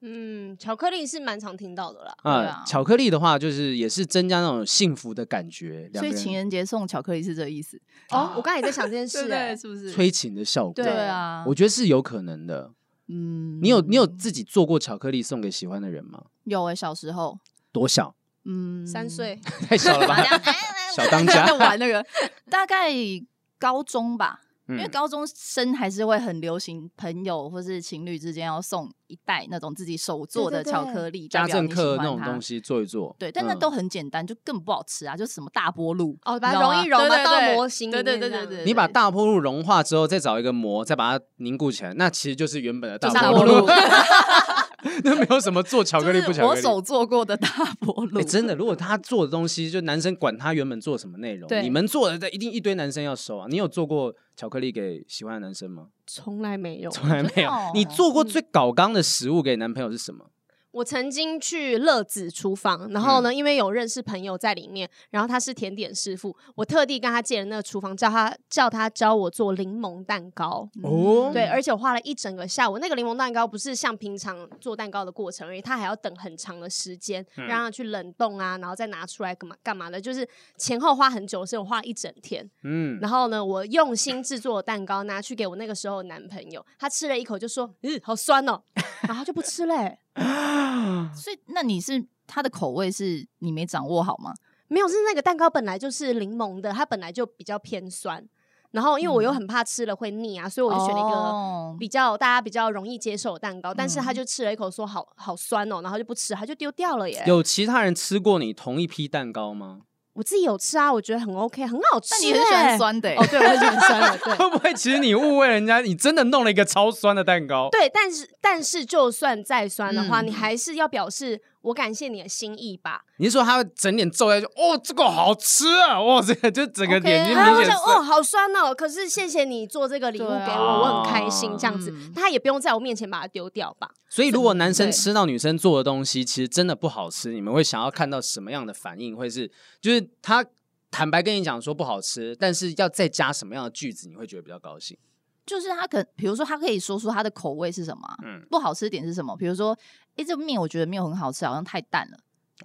S3: 嗯，巧克力是蛮常听到的啦。
S1: 啊、
S2: 对啊
S1: 巧克力的话，就是也是增加那种幸福的感觉，两
S2: 所
S1: 个
S2: 以情
S1: 人
S2: 人节送巧克力是这意思，
S3: 哦，我刚才也在想这件
S2: 对
S3: 事、
S2: 不
S3: 欸
S2: 对？，是不是？
S1: 催情的效果。
S3: 对
S2: 对啊，
S1: 我觉得是有可能的。
S2: 嗯，
S1: 你有你有自己做过巧克力送给喜欢的人吗？
S2: 有哎、小时候，
S1: 多小？
S2: 嗯，
S3: 三岁，
S1: 太小了吧？ 小当家
S2: 在 玩那个，大概高中吧，因为
S1: 嗯
S2: 高中生还是会很流行，朋友或是情侣之间要送一袋那种自己手做的
S3: 对对对
S2: 巧克力，
S1: 家政课那种东
S2: 西。
S1: 西做一做，
S2: 对，但那
S1: 嗯
S2: 都很简单，就更不好吃啊！就是什么大波露
S3: 哦把它
S2: 你知道吗
S3: 揉一揉
S2: 啊对
S3: 把
S2: 对
S3: 它倒
S2: 对
S3: 模型里
S2: 对对
S3: 面
S2: 对
S3: 这
S2: 对
S3: 样
S2: 对，对
S1: 你把大波露融化之后，再找一个膜，再把它凝固起来，那其实就是原本的
S2: 就是
S1: 大
S2: 大
S1: 波
S2: 波
S1: 露
S2: 露，
S1: 那没有什么做巧克力不
S2: 就是
S1: 巧克
S2: 我
S1: 力。
S2: 手做过的大波露
S1: 哎，，真的，如果他做的东西，就男生管他原本做什么内容，
S3: 对
S1: 你们做的一定一堆男生要收啊。你有做过巧克力给喜欢的男生吗？
S3: 从来没有。
S1: 从来没
S2: 真
S1: 有
S2: 的哦。
S1: 你做过最搞纲的食物给男朋友是什么？
S3: 我曾经去乐子厨房，然后呢，
S1: 嗯
S3: 因为有认识朋友在里面，然后他是甜点师傅，我特地跟他借了那个厨房，叫他叫他教我做柠檬蛋糕。嗯
S1: 哦
S3: 对，而且我花了一整个下午。那个柠檬蛋糕不是像平常做蛋糕的过程而已，它还要等很长的时间，
S1: 嗯
S3: 让它去冷冻啊，然后再拿出来干嘛干嘛的，就是前后花很久，所以我花了一整天。
S1: 嗯，
S3: 然后呢，我用心制作的蛋糕拿去给我那个时候的男朋友，他吃了一口就说：“嗯，好酸哦。”然后他就不吃嘞、欸
S2: 所以那你是它的口味是你没掌握好吗？
S3: 没有，是那个蛋糕本来就是柠檬的，它本来就比较偏酸。然后因为我又
S2: 嗯
S3: 很怕吃了会腻啊，所以我就选了一个
S2: 哦
S3: 比较大家比较容易接受的蛋糕，但是他
S2: 嗯
S3: 就吃了一口说好好酸哦，然后就不吃，他就丢掉了耶。
S1: 有其他人吃过你同一批蛋糕吗？
S3: 我自己有吃啊，我觉得很 OK，很好吃、
S2: 那
S3: 欸。
S2: 你很喜欢酸的欸、
S3: 哦，对，我很喜欢酸的，对。
S1: 会不会其实你误会人家，你真的弄了一个超酸的蛋糕？
S3: 对，但是但是就算再酸的话，
S2: 嗯
S3: 你还是要表示我感谢你的心意吧。
S1: 你是说他会整脸皱下去？哦，这个好吃啊！哇，这个 就整个
S2: OK
S1: 眼睛
S2: 嗯
S3: 啊，
S1: 明
S3: 我
S1: 显
S3: 想
S1: 是
S3: 哦，好酸哦，可是谢谢你做这个礼物给我，
S2: 对啊
S3: 我很开心这样子。
S2: 嗯
S3: 他也不用在我面前把它丢掉吧？
S1: 所以如果男生
S3: 对
S1: 吃到女生做的东西，其实真的不好吃，你们会想要看到什么样的反应？会是就是他坦白跟你讲说不好吃，但是要再加什么样的句子，你会觉得比较高兴？
S2: 就是他可，比如说他可以说出他的口味是什么啊、
S1: 嗯
S2: 不好吃的点是什么？比如说，哎、这个面我觉得没有很好吃，好像太淡了。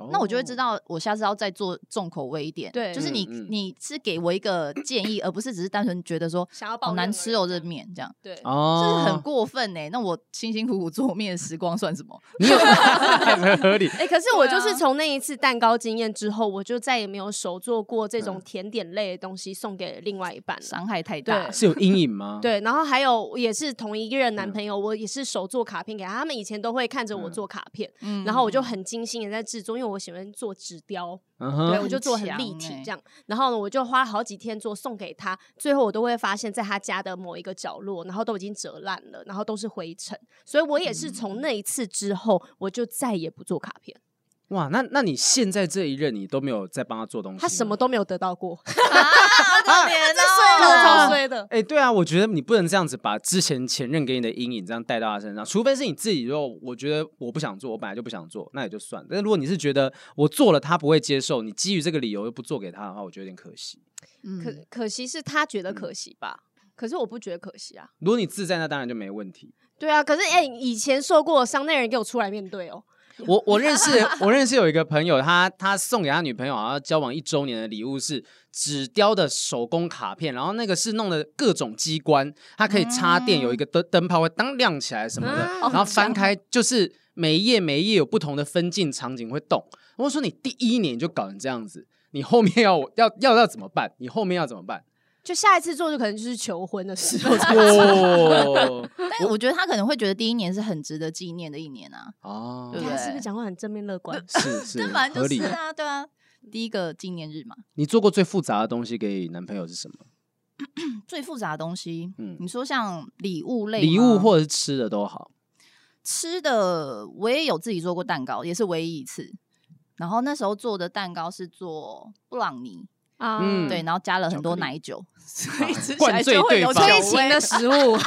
S2: 那我就会知道我下次要再做重口味一点。
S3: 哦对
S2: 就是你
S1: 嗯嗯
S2: 你是给我一个建议，而不是只是单纯觉得说
S3: 想要
S2: 好
S3: 抱
S2: 难
S3: 怨
S2: 吃
S3: 而已
S2: 哦这面这样，
S3: 对，
S2: 这
S1: 哦，
S2: 是很过分欸呢。那我辛辛苦苦做面的时光算什么？
S1: 你有很合 理。
S3: 哎、可是我
S2: 对
S3: 就
S2: 啊
S3: 是从那一次蛋糕经验之后，我就再也没有手做过这种
S1: 嗯
S3: 甜点类的东西送给另外一半了。
S2: 伤害太大
S3: 对。
S1: 是有阴影吗？，
S2: 啊
S3: 对，然后还有也是同一任男朋友，我也是手做卡片给他，他们以前都会看着我
S1: 嗯
S3: 做卡片，
S2: 嗯嗯
S3: 然后我就很精心的在制作，因为我喜欢做纸雕，
S1: 嗯
S3: 对，
S1: 哼，
S3: 我就做很立
S2: 很
S3: 体
S2: 强欸
S3: 这样。然后呢，我就花了好几天做送给他，最后我都会发现，在他家的某一个角落，然后都已经折烂了，然后都是灰尘。所以我也是从
S2: 嗯
S3: 那一次之后，我就再也不做卡片，
S1: 哇，那那你现在这一任你都没有在帮他做东西吗？
S3: 他什么都没有得到过，
S2: 啊，好可怜
S1: 啊
S3: 超
S2: 哦。
S3: 衰的。
S1: 哎、对啊，我觉得你不能这样子把之前前任给你的阴影这样带到他身上，除非是你自己就我觉得我不想做，我本来就不想做，那也就算了。但是如果你是觉得我做了他不会接受，你基于这个理由又不做给他的话，我觉得有点可惜。
S2: 嗯
S3: 可可惜是他觉得
S1: 嗯
S3: 可惜吧，可是我不觉得可惜啊。
S1: 如果你自在，那当然就没问题。
S3: 对啊，可是哎、
S1: 嗯
S3: 以前受过的伤那人给我出来面对哦。
S1: 我我 认识我认识有一个朋友，他他送给他女朋友好像交往一周年的礼物是纸雕的手工卡片，然后那个是弄的各种机关，它可以插电，
S2: 嗯
S1: 有一个灯灯泡会当亮起来什么的，
S3: 啊
S1: 然后翻开就是每一页每一页有不同的分镜场景会动。我说你第一年就搞成这样子，你后面要我要要要怎么办？你后面要怎么办？
S3: 就下一次做，就可能就是求婚的时 候。
S1: 哦
S2: 但我觉得他可能会觉得第一年是很值得纪念的一年啊，
S1: 哦，
S2: 对
S3: 他是不是讲话很正面乐观？
S1: 是 是
S2: 但反正
S1: 合
S2: 就
S1: 理
S2: 是。啊，对啊，第一个纪念日嘛。
S1: 你做过最复杂的东西给男朋友是什么？
S2: 最复杂的东西，
S1: 嗯
S2: 你说像礼物类吗，
S1: 礼物或者是吃的都好。
S2: 吃的，我也有自己做过蛋糕，也是唯一一次。然后那时候做的蛋糕是做布朗尼，
S3: 啊
S1: 嗯
S2: 对，然后加了很多
S1: 巧克力啊
S2: 奶酒，所以吃起
S1: 灌
S2: 来
S1: 醉
S2: 就会
S1: 对
S2: 有
S1: 方
S2: 酒味
S3: 催情的 食物，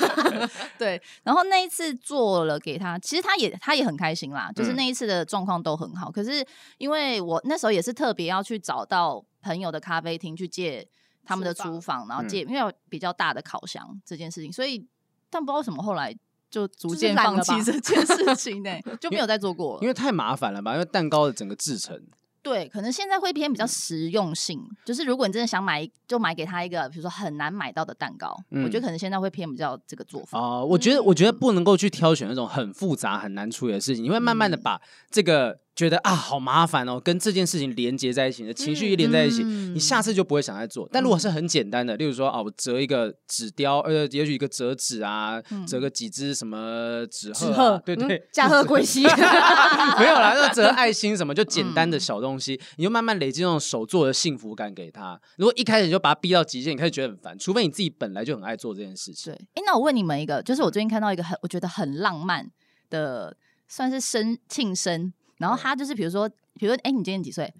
S2: 对，然后那一次做了给他，其实他也他也很开心啦，就是
S1: 嗯
S2: 那一次的状况都很好。可是因为我那时候也是特别要去找到朋友的咖啡厅去借他们的
S3: 厨
S2: 厨房，
S1: 嗯
S2: 然后借、因为有比较大的烤箱这件事情，所以但不知道为什么后来就逐
S3: 就是
S2: 渐
S3: 懒
S2: 放
S3: 了
S2: 弃
S3: 吧
S2: 这件事情呢、就没有再做过
S1: 因
S2: 了。
S1: 为太麻烦了吧？因为蛋糕的整个制成，
S2: 对，可能现在会偏
S1: 嗯
S2: 比较实用性，就是如果你真的想买，就买给他一个，比如说很难买到的蛋糕，我觉
S1: 嗯
S2: 得可能现在会偏比较这个做法。
S1: 哦，我觉
S3: 嗯
S1: 得，我觉得不能够去挑选那种很复杂、很难处理的事情，你会慢慢的
S3: 嗯
S1: 把这个觉得啊好麻烦哦，跟这件事情连接在一起，你的情绪一连在一起，
S2: 嗯
S1: 你下次就不会想再做。但如果
S3: 嗯
S1: 是很简单的，例如说啊，我折一个纸雕，呃，也许一个折纸啊，
S2: 嗯
S1: 折个几只什么纸鹤
S3: 纸
S1: 啊、
S3: 鹤，
S1: 对对
S3: 嗯，驾鹤归 西。
S1: 没有啦，那折爱心什么，就简单的小东 西，你就慢慢累积那种手做的幸福感给他。如果一开始你就把他逼到极限，你开始觉得很烦，除非你自己本来就很爱做这件事情。
S2: 对，哎，那我问你们一个，就是我最近看到一个很我觉得很浪漫的，算是生庆生，然后他就是比如说，比如说，哎，你今年几岁？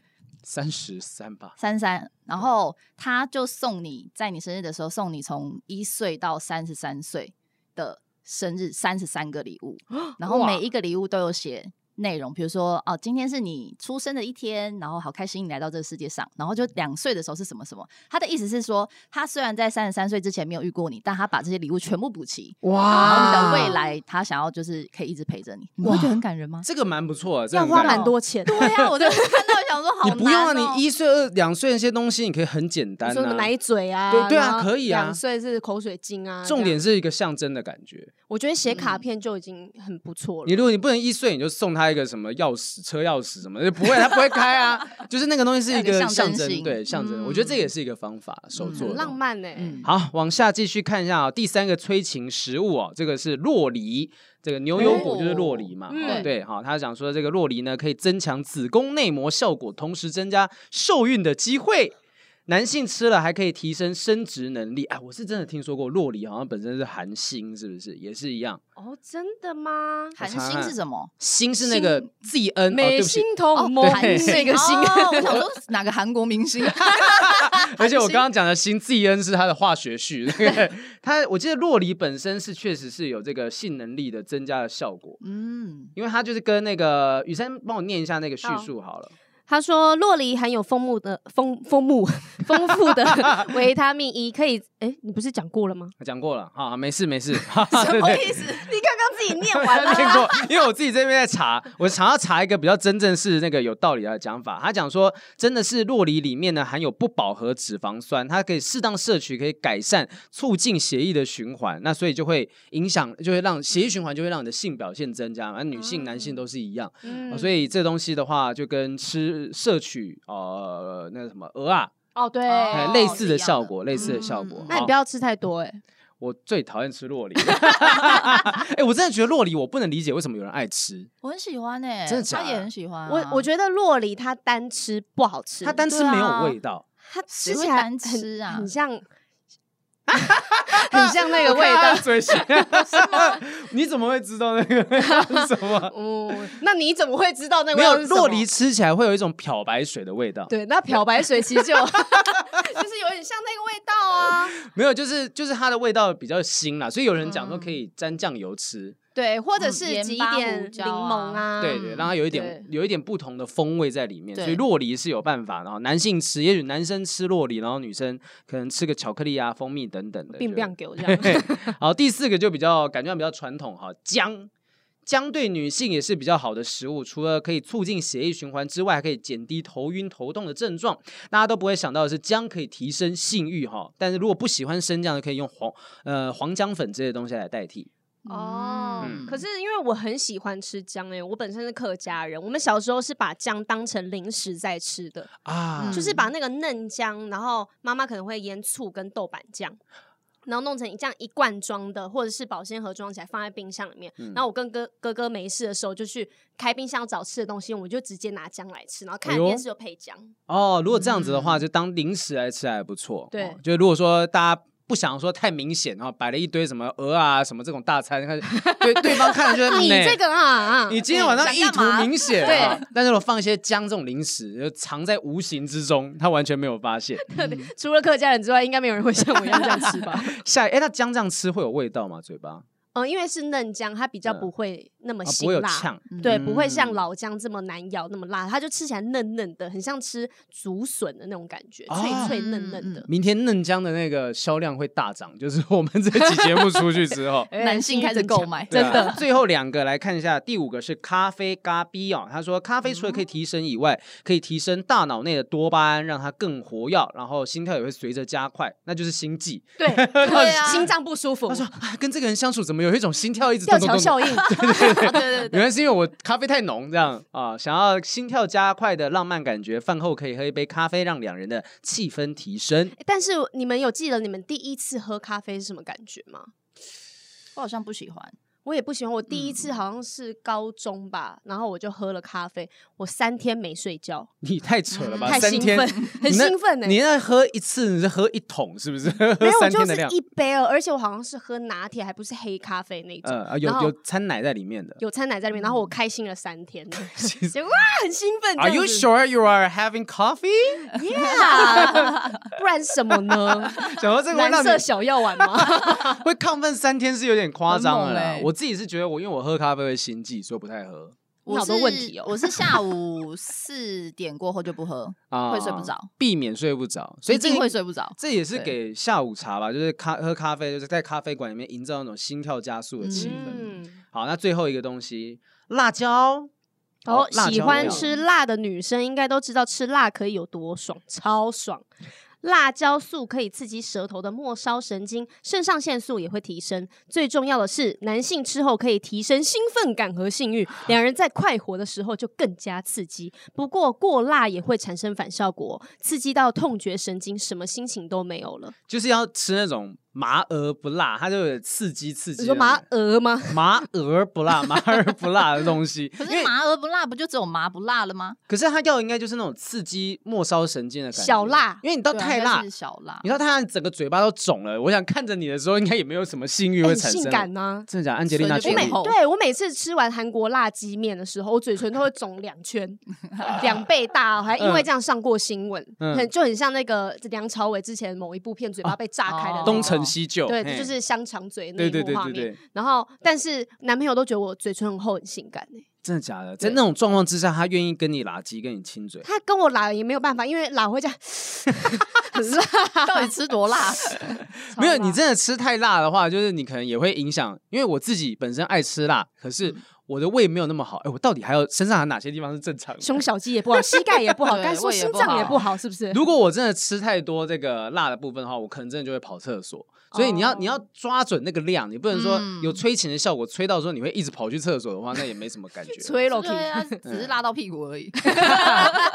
S1: 三十三吧，
S2: 三三，然后他就送你在你生日的时候送你从一岁到三十三岁的生日三十三个礼物，然后
S1: 哇
S2: 每一个礼物都有写内容，比如说哦，今天是你出生的一天，然后好开心你来到这个世界上，然后就两岁的时候是什么什么。他的意思是说，他虽然在三十三岁之前没有遇过你，但他把这些礼物全部补齐，然
S3: 啊
S2: 后你的未来他想要就是可以一直陪着你，你不会觉得很感人吗？
S1: 这个蛮不错的，这个
S3: 要
S1: 很
S3: 花
S1: 感
S3: 蛮
S1: 人。
S3: 多 钱，
S2: 对呀、我就看到想说好难、
S1: 你
S2: 哦，
S1: 不用啊，你一岁、二两岁那些东西，你可以很简
S3: 你
S1: 单
S3: 说哦什
S1: 啊。
S3: 么奶嘴啊？
S1: 对对啊
S3: 然后
S1: 可以啊
S3: 两岁是口水巾啊。
S1: 重
S3: 这
S1: 点
S3: 样，
S1: 是一个象征的感觉。
S3: 我觉得写卡片就已经很不错
S1: 你
S3: 了。
S1: 如果你不能一岁，你就送他一个什么钥匙、车钥匙什么的，就不会，他不会开 啊。就是那个东西是一
S2: 那
S1: 个
S2: 个象
S1: 象
S2: 征
S1: 征，
S2: 性
S1: 对象征。我觉得这也是一个方法，手
S2: 嗯
S1: 做
S3: 很
S1: 的
S3: 浪
S1: 东西
S3: 漫呢、欸
S2: 嗯
S1: 哎好，往下继续看一下啊、第三个催情食物哦，这个是洛梨，这个牛油果就是洛梨嘛，
S3: 嗯
S1: 哦、对，好、他讲说这个洛梨呢可以增强子宫内膜效果，同时增加受孕的机会。男性吃了还可以提升生殖能力，哎，我是真的听说过洛梨好像本身是寒星，是不是也是一样？
S3: 哦，真的吗？
S2: 韩
S1: 我常
S2: 星
S1: 看
S2: 是什么？
S1: 星是那个 Z N，哦，对
S3: 美
S1: 不起
S3: 心，同盟
S1: 对
S3: 那个心，
S2: 哦我想说哪个韩国明星？
S1: 而且我刚刚讲的新 Z N 是它的化学序，对它我记得洛梨本身是确实是有这个性能力的增加的效果。
S2: 嗯，
S1: 因为它就是跟那个雨珊帮我念一下那个叙述好了。
S3: 他说，洛梨含有丰木的丰丰木 丰富的维他 命 E，可以。哎，你不是讲过了吗？
S1: 讲过了，好，没事没事。
S2: 什
S1: 什
S2: 么意思？
S3: 你刚刚自自己 念完
S1: 他
S3: 了。
S1: 念过，因为我自己这边在查，我想要查一个比较真正是那个有道理的讲法。他讲说，真的是洛梨里面呢含有不饱和脂肪酸，它可以适当摄取，可以改善促进血液的循环，那所以就会影响，就会让血液循环就会让你的性表现增加嘛，那女性、男性都是一样。哦
S3: 嗯
S1: 所以这东西的话，就跟吃摄取呃那个什么鹅啊，
S3: 哦， 对，
S1: 哎
S2: 哦
S1: 类似
S2: 是
S1: 的
S2: 一样
S1: 效
S2: 的
S1: 果，类似的
S2: 嗯
S1: 效
S2: 嗯
S1: 果
S2: 嗯。
S4: 那你
S1: 好
S4: 不要吃太多哎、
S3: 欸
S1: 我最讨厌吃洛梨。 哎、我真的觉得洛梨，我不能理解为什么有人爱吃。
S2: 我很喜欢诶、
S1: 真的假
S2: 他
S1: 的
S2: 也很喜欢啊、
S3: 我我觉得洛梨它单吃不好吃，
S1: 它单吃
S2: 对
S1: 没有
S2: 啊
S1: 味道，
S3: 它吃
S2: 谁会
S3: 起来
S2: 单吃啊
S3: 很很 像
S4: 很像那个
S1: 我
S4: 味
S1: 看他
S4: 道
S1: 的。 嘴 型。 你怎么会知道那个味道是什么？
S3: 嗯，那你怎么会知道 那个
S1: 没
S3: 味道
S1: 有
S3: 是什么
S1: 洛梨？吃起来会有一种漂白水的味道，
S3: 对，那漂白水 其实就就是有点像那个味道啊。
S1: 没有，就是就是它的味道比较腥啦，所以有人
S3: 嗯
S1: 讲说可以沾酱油吃，
S3: 对，或者
S2: 嗯
S3: 是
S2: 盐
S3: 挤一
S2: 巴
S3: 点
S2: 胡
S3: 柠
S2: 椒
S3: 檬啊，
S1: 对对，让它有一点有一点不同的风味在里面，
S2: 对
S1: 所以洛梨是有办法的哦。然后男性吃，也许男生吃洛梨，然后女生可能吃个巧克力啊、蜂蜜等等的。
S3: 并
S1: 就
S3: 不想给我这样。
S1: 好，第四个就比较感觉上比较传统哈，姜。姜对女性也是比较好的食物，除了可以促进血液循环之外，还可以减低头晕头痛的症状。大家都不会想到的是，姜可以提升性欲哈。但是如果不喜欢生姜的，可以用黄呃黄姜粉这些东西来代替。
S3: 哦
S1: 嗯，
S3: 可是因为我很喜欢吃姜诶、我本身是客家人，我们小时候是把姜当成零食在吃的，
S1: 啊，
S3: 嗯就是把那个嫩姜，然后妈妈可能会腌醋跟豆瓣酱。然后弄成这样一罐装的，或者是保鲜盒装起来放在冰箱里面。然
S1: 嗯
S3: 后我跟哥哥哥没事的时候，就去开冰箱找吃的东西，我们就直接拿姜来吃，然后
S1: 哎
S3: 看
S1: 呦
S3: 电视就配姜。
S1: 哦，如果这样子的话，就当零食来吃还不错。
S3: 嗯对
S1: 哦就如果说大家。不想说太明显哈，摆了一堆什么鹅啊什么这种大餐，看 对对方看了就
S3: 啊你
S1: 嗯
S3: 这个啊，
S1: 你今天晚上
S2: 嗯
S1: 意
S2: 想
S1: 图
S2: 干嘛
S1: 明显啊，但是我放一些姜这种零食，就藏在无形之中，他完全没有发现。
S3: 除了客家人之外，应该没有人会像我一样这样吃 吧？
S1: 下一，哎，那姜这样吃会有味道吗？嘴巴
S3: 嗯，因为是嫩姜，它比较
S1: 嗯
S3: 不会那么
S1: 啊不会
S3: 辛
S1: 有
S3: 辣。
S1: 呛，
S3: 对，不会
S1: 嗯
S3: 像老姜这么难咬那么辣，它就吃起来嫩嫩的，很像吃竹笋的那种感觉，
S1: 哦
S3: 脆脆嫩嫩的。。
S1: 明天嫩姜的那个销量会大涨，就是我们这期节目出去之后
S3: 哎
S2: 男性开始购买，
S1: 对啊。最后两个来看一下，第五个是咖啡咖啡哦。他说，咖啡除了可以提神以外，可以提升大脑内的多巴胺，让它更活跃，然后心跳也会随着加快，那就是心悸。
S3: 对
S2: 对啊
S3: 心脏不舒服
S1: 他，说啊，跟这个人相处怎么有一种心跳一直
S3: 吊
S1: 咚咚
S3: 桥
S1: 咚咚
S3: 效应。
S2: 啊 对对对，
S1: 原来是因为我咖啡太浓，这样啊，想要心跳加快的浪漫感觉，饭后可以喝一杯咖啡，让两人的气氛提升。
S3: 但是你们有记得你们第一次喝咖啡是什么感觉吗？
S2: 我好像不喜欢，
S3: 我也不喜欢，我第一次好像是高中吧，然后我就喝了咖啡，我三天没睡觉，
S1: 你太扯了吧，
S3: 嗯太
S1: 三
S3: 兴
S1: 天
S3: 奋， 很
S1: 你那
S3: 兴奋呢、欸
S1: 你那喝一次，你是喝一桶是不是？
S3: 没
S1: 喝
S3: 有，我
S1: 三
S3: 就
S1: 天的
S3: 是
S1: 量。
S3: 一杯哦，而且我好像是喝拿铁，还不是黑咖啡那种。
S1: 呃，啊有
S3: 然后
S1: 有掺奶在里面 的。
S3: 有掺奶在里面，然后我开心了三 天，结果哇，很兴奋。
S1: Are you sure you are having coffee？
S3: Yeah，不然什么呢？
S1: 想 到这个会
S3: 蓝
S1: 让你
S3: 色小药丸吗？
S1: 会亢奋三天是有点夸张了
S2: 很猛
S1: 啦。
S2: 欸
S1: 我自己是觉得我因为我喝咖啡会心悸，所以不太喝
S3: 你
S2: 我
S3: 好
S2: 是
S3: 多问题哦
S2: 我是下午四点过后就不喝，
S1: 啊，
S2: 会睡不着，
S1: 避免睡不着，所以
S2: 一
S1: 这
S2: 定
S1: 个
S2: 会睡不着。
S1: 这也是
S2: 对
S1: 给下午茶吧，就是咖喝咖啡，就是在咖啡馆里面营造那种心跳加速的气氛。
S3: 嗯，
S1: 好，那最后一个东西，辣椒。
S3: 哦，
S1: 辣椒
S3: 喜欢
S1: 料
S3: 吃辣的女生应该都知道吃辣可以有多爽，超爽。辣椒素可以刺激舌头的末梢神经，肾上腺素也会提升。最重要的是，男性吃后可以提升兴奋感和性欲，两人在快活的时候就更加刺激。不过过辣也会产生反效果，刺激到痛觉神经，什么心情都没有了。
S1: 就是要吃那种麻而不辣，它就有刺激刺激
S3: 你
S1: 的
S3: 说
S1: 那
S3: 麻
S1: 种。
S3: 鹅吗？
S1: 麻而不辣，麻而不辣的东西，
S2: 可
S1: 因为
S2: 是麻而不辣，不就只有麻不辣了吗？
S1: 可是它要应该就是那种刺激末梢神经的感觉，
S3: 小辣
S1: 因为你到
S2: 对啊
S1: 太
S2: 应该
S1: 辣，
S2: 是小辣
S1: 你，到太辣，你整个嘴巴都肿了。我想看着你的时候，应该也没有什么性欲会
S3: 欸很
S1: 产生
S3: 性
S1: 了。
S3: 感呢、
S1: 真的假的？安吉丽娜·
S2: 所
S1: 裘
S2: 以就
S3: 我
S1: 丽
S2: 不
S3: 每
S2: 美后
S3: 对我每次吃完韩国辣鸡面的时候，我嘴唇都会肿两 圈，两倍大哦，还因为这样上过新闻，
S1: 嗯
S3: 很就很像那个梁朝伟之前某一部片嘴巴被炸开的那
S2: 哦
S3: 种、
S1: 东成西就，
S3: 对，
S1: 嘿
S3: 这就是香肠嘴
S1: 对
S3: 那
S1: 对
S3: 一幕
S1: 对
S3: 画
S1: 对
S3: 面。
S1: 对，
S3: 然后，但是男朋友都觉得我嘴唇很厚，很性感、欸、
S1: 真的假的？在
S3: 对
S1: 那种状况之下，他愿意跟你拉鸡，跟你亲嘴，
S3: 他 跟我拉也没有办法，因为拉会这样很辣，
S2: 到底吃多辣？超
S1: 没有，你
S2: 辣
S1: 真的吃太辣的话，就是你可能也会影响，因为我自己本身爱吃辣，可是我的胃没有那么好。哎，我到底还有身上还有哪些地方是正常的？
S3: 胸小肌也不好，膝盖也不好，
S2: 对
S3: 该说
S2: 胃也
S3: 心
S2: 不
S3: 脏也
S2: 好
S3: 不好，是不是？
S1: 如果我真的吃太多这个辣的部分的话，我可能真的就会跑厕所。所以你要、
S3: 哦
S1: 你要抓准那个量，你不能说
S2: 嗯
S1: 有催情的效果，催到说你会一直跑去厕所的话，那也没什么感觉。
S3: 吹了，
S2: 对 啊，只是辣到屁股而已。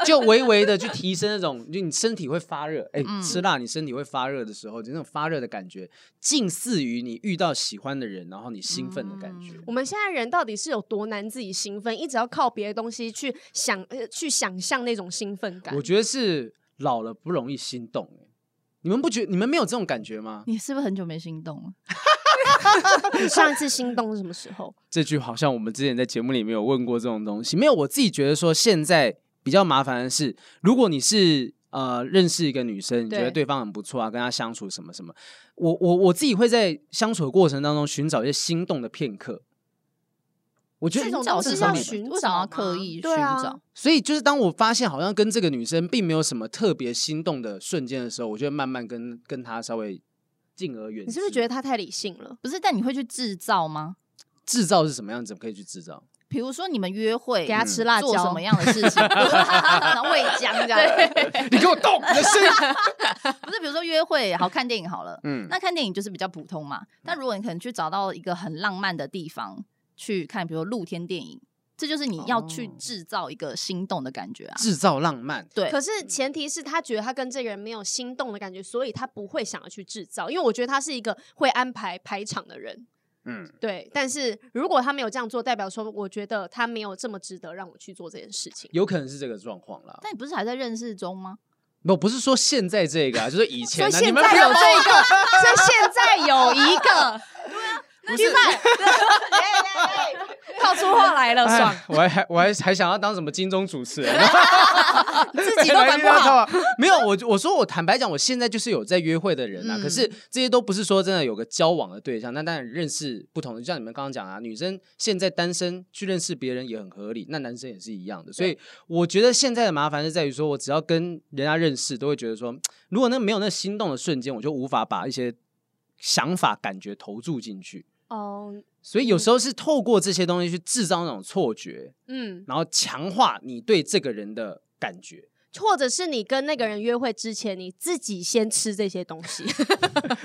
S1: 就微微的去提升那种，就你身体会发热。哎、
S2: 嗯
S1: 吃辣你身体会发热的时候，就那种发热的感觉，近似于你遇到喜欢的人，然后你兴奋的感觉。
S3: 我们现在人到底是有多难自己兴奋？一直要靠别的东西去想，呃，去想象那种兴奋感
S1: 我。觉得是老了不容易心动、哎你们不觉你们没有这种感觉吗？
S2: 你是不是很久没心动了？
S3: 你上一次心动是什么时候？
S1: 这句好像我们之前在节目里面有问过这种东西，没有。我自己觉得说现在比较麻烦的是，如果你是呃认识一个女生，你觉得
S3: 对
S1: 对方很不错啊，跟她相处什么什么，我我我自己会在相处的过程当中寻找一些心动的片刻。我觉得
S3: 这
S2: 寻
S3: 种
S2: 找
S3: 东
S1: 是
S2: 是
S1: 什
S2: 要
S1: 么
S2: 寻，
S3: 找
S2: 为什么要
S3: 吗
S2: 刻意寻
S3: 对啊
S2: 找？
S1: 所以就是当我发现好像跟这个女生并没有什么特别心动的瞬间的时候，我就会慢慢跟跟她稍微敬而远之。
S3: 你是不是觉得他太理性 了？
S2: 不是，但你会去制造吗？
S1: 制造是什么样子？我们可以去制 造。
S2: 比如说你们约会，嗯
S3: 给他吃辣椒？
S2: 做什么样的事 情？然后喂姜这样，
S1: 你给我动！你的 声音。
S2: 不是，比如说约会，好看电影好了。
S1: 嗯，
S2: 那看电影就是比较普通嘛，但如果你可能去找到一个很浪漫的地方去看，比如露天电影，这就是你要去
S1: 哦
S2: 制造一个心动的感觉啊。
S1: 制造浪漫。
S2: 对，
S3: 可是前提是他觉得他跟这个人没有心动的感觉，所以他不会想要去制造。因为我觉得他是一个会安排排场的人，
S1: 嗯，
S3: 对。但是如果他没有这样做，代表说我觉得他没有这么值得让我去做这件事 情。
S1: 有可能是这个状况啦。
S2: 但你不是还在认识中吗？
S1: 我不是说现在这个啊，就是以前、
S3: 所以
S1: 啊、
S3: 现
S1: 你们
S3: 在
S1: 没
S3: 有
S1: 有
S3: 这个，所以现在有 一个，
S1: 不是
S3: 套出话 来了，爽。
S1: 哎我还还我还还想要当什么金钟主 持人，
S3: 自己都管不好。
S1: 没有，我我说我坦白讲，我现在就是有在约会的人啊，
S2: 嗯
S1: 可是这些都不是说真的有个交往的对象，那当然认识不同的，就像你们刚刚讲啊，女生现在单身去认识别人也很合理，那男生也是一样的，所以我觉得现在的麻烦是在于说，我只要跟人家认识，都会觉得说，如果那没有那心动的瞬间，我就无法把一些想法感觉投注进去。
S3: 哦，
S1: 所以有时候是透过这些东西去制造那种错觉，
S3: 嗯，
S1: 然后强化你对这个人的感觉。
S3: 或者是你跟那个人约会之前，你自己先吃这些东西，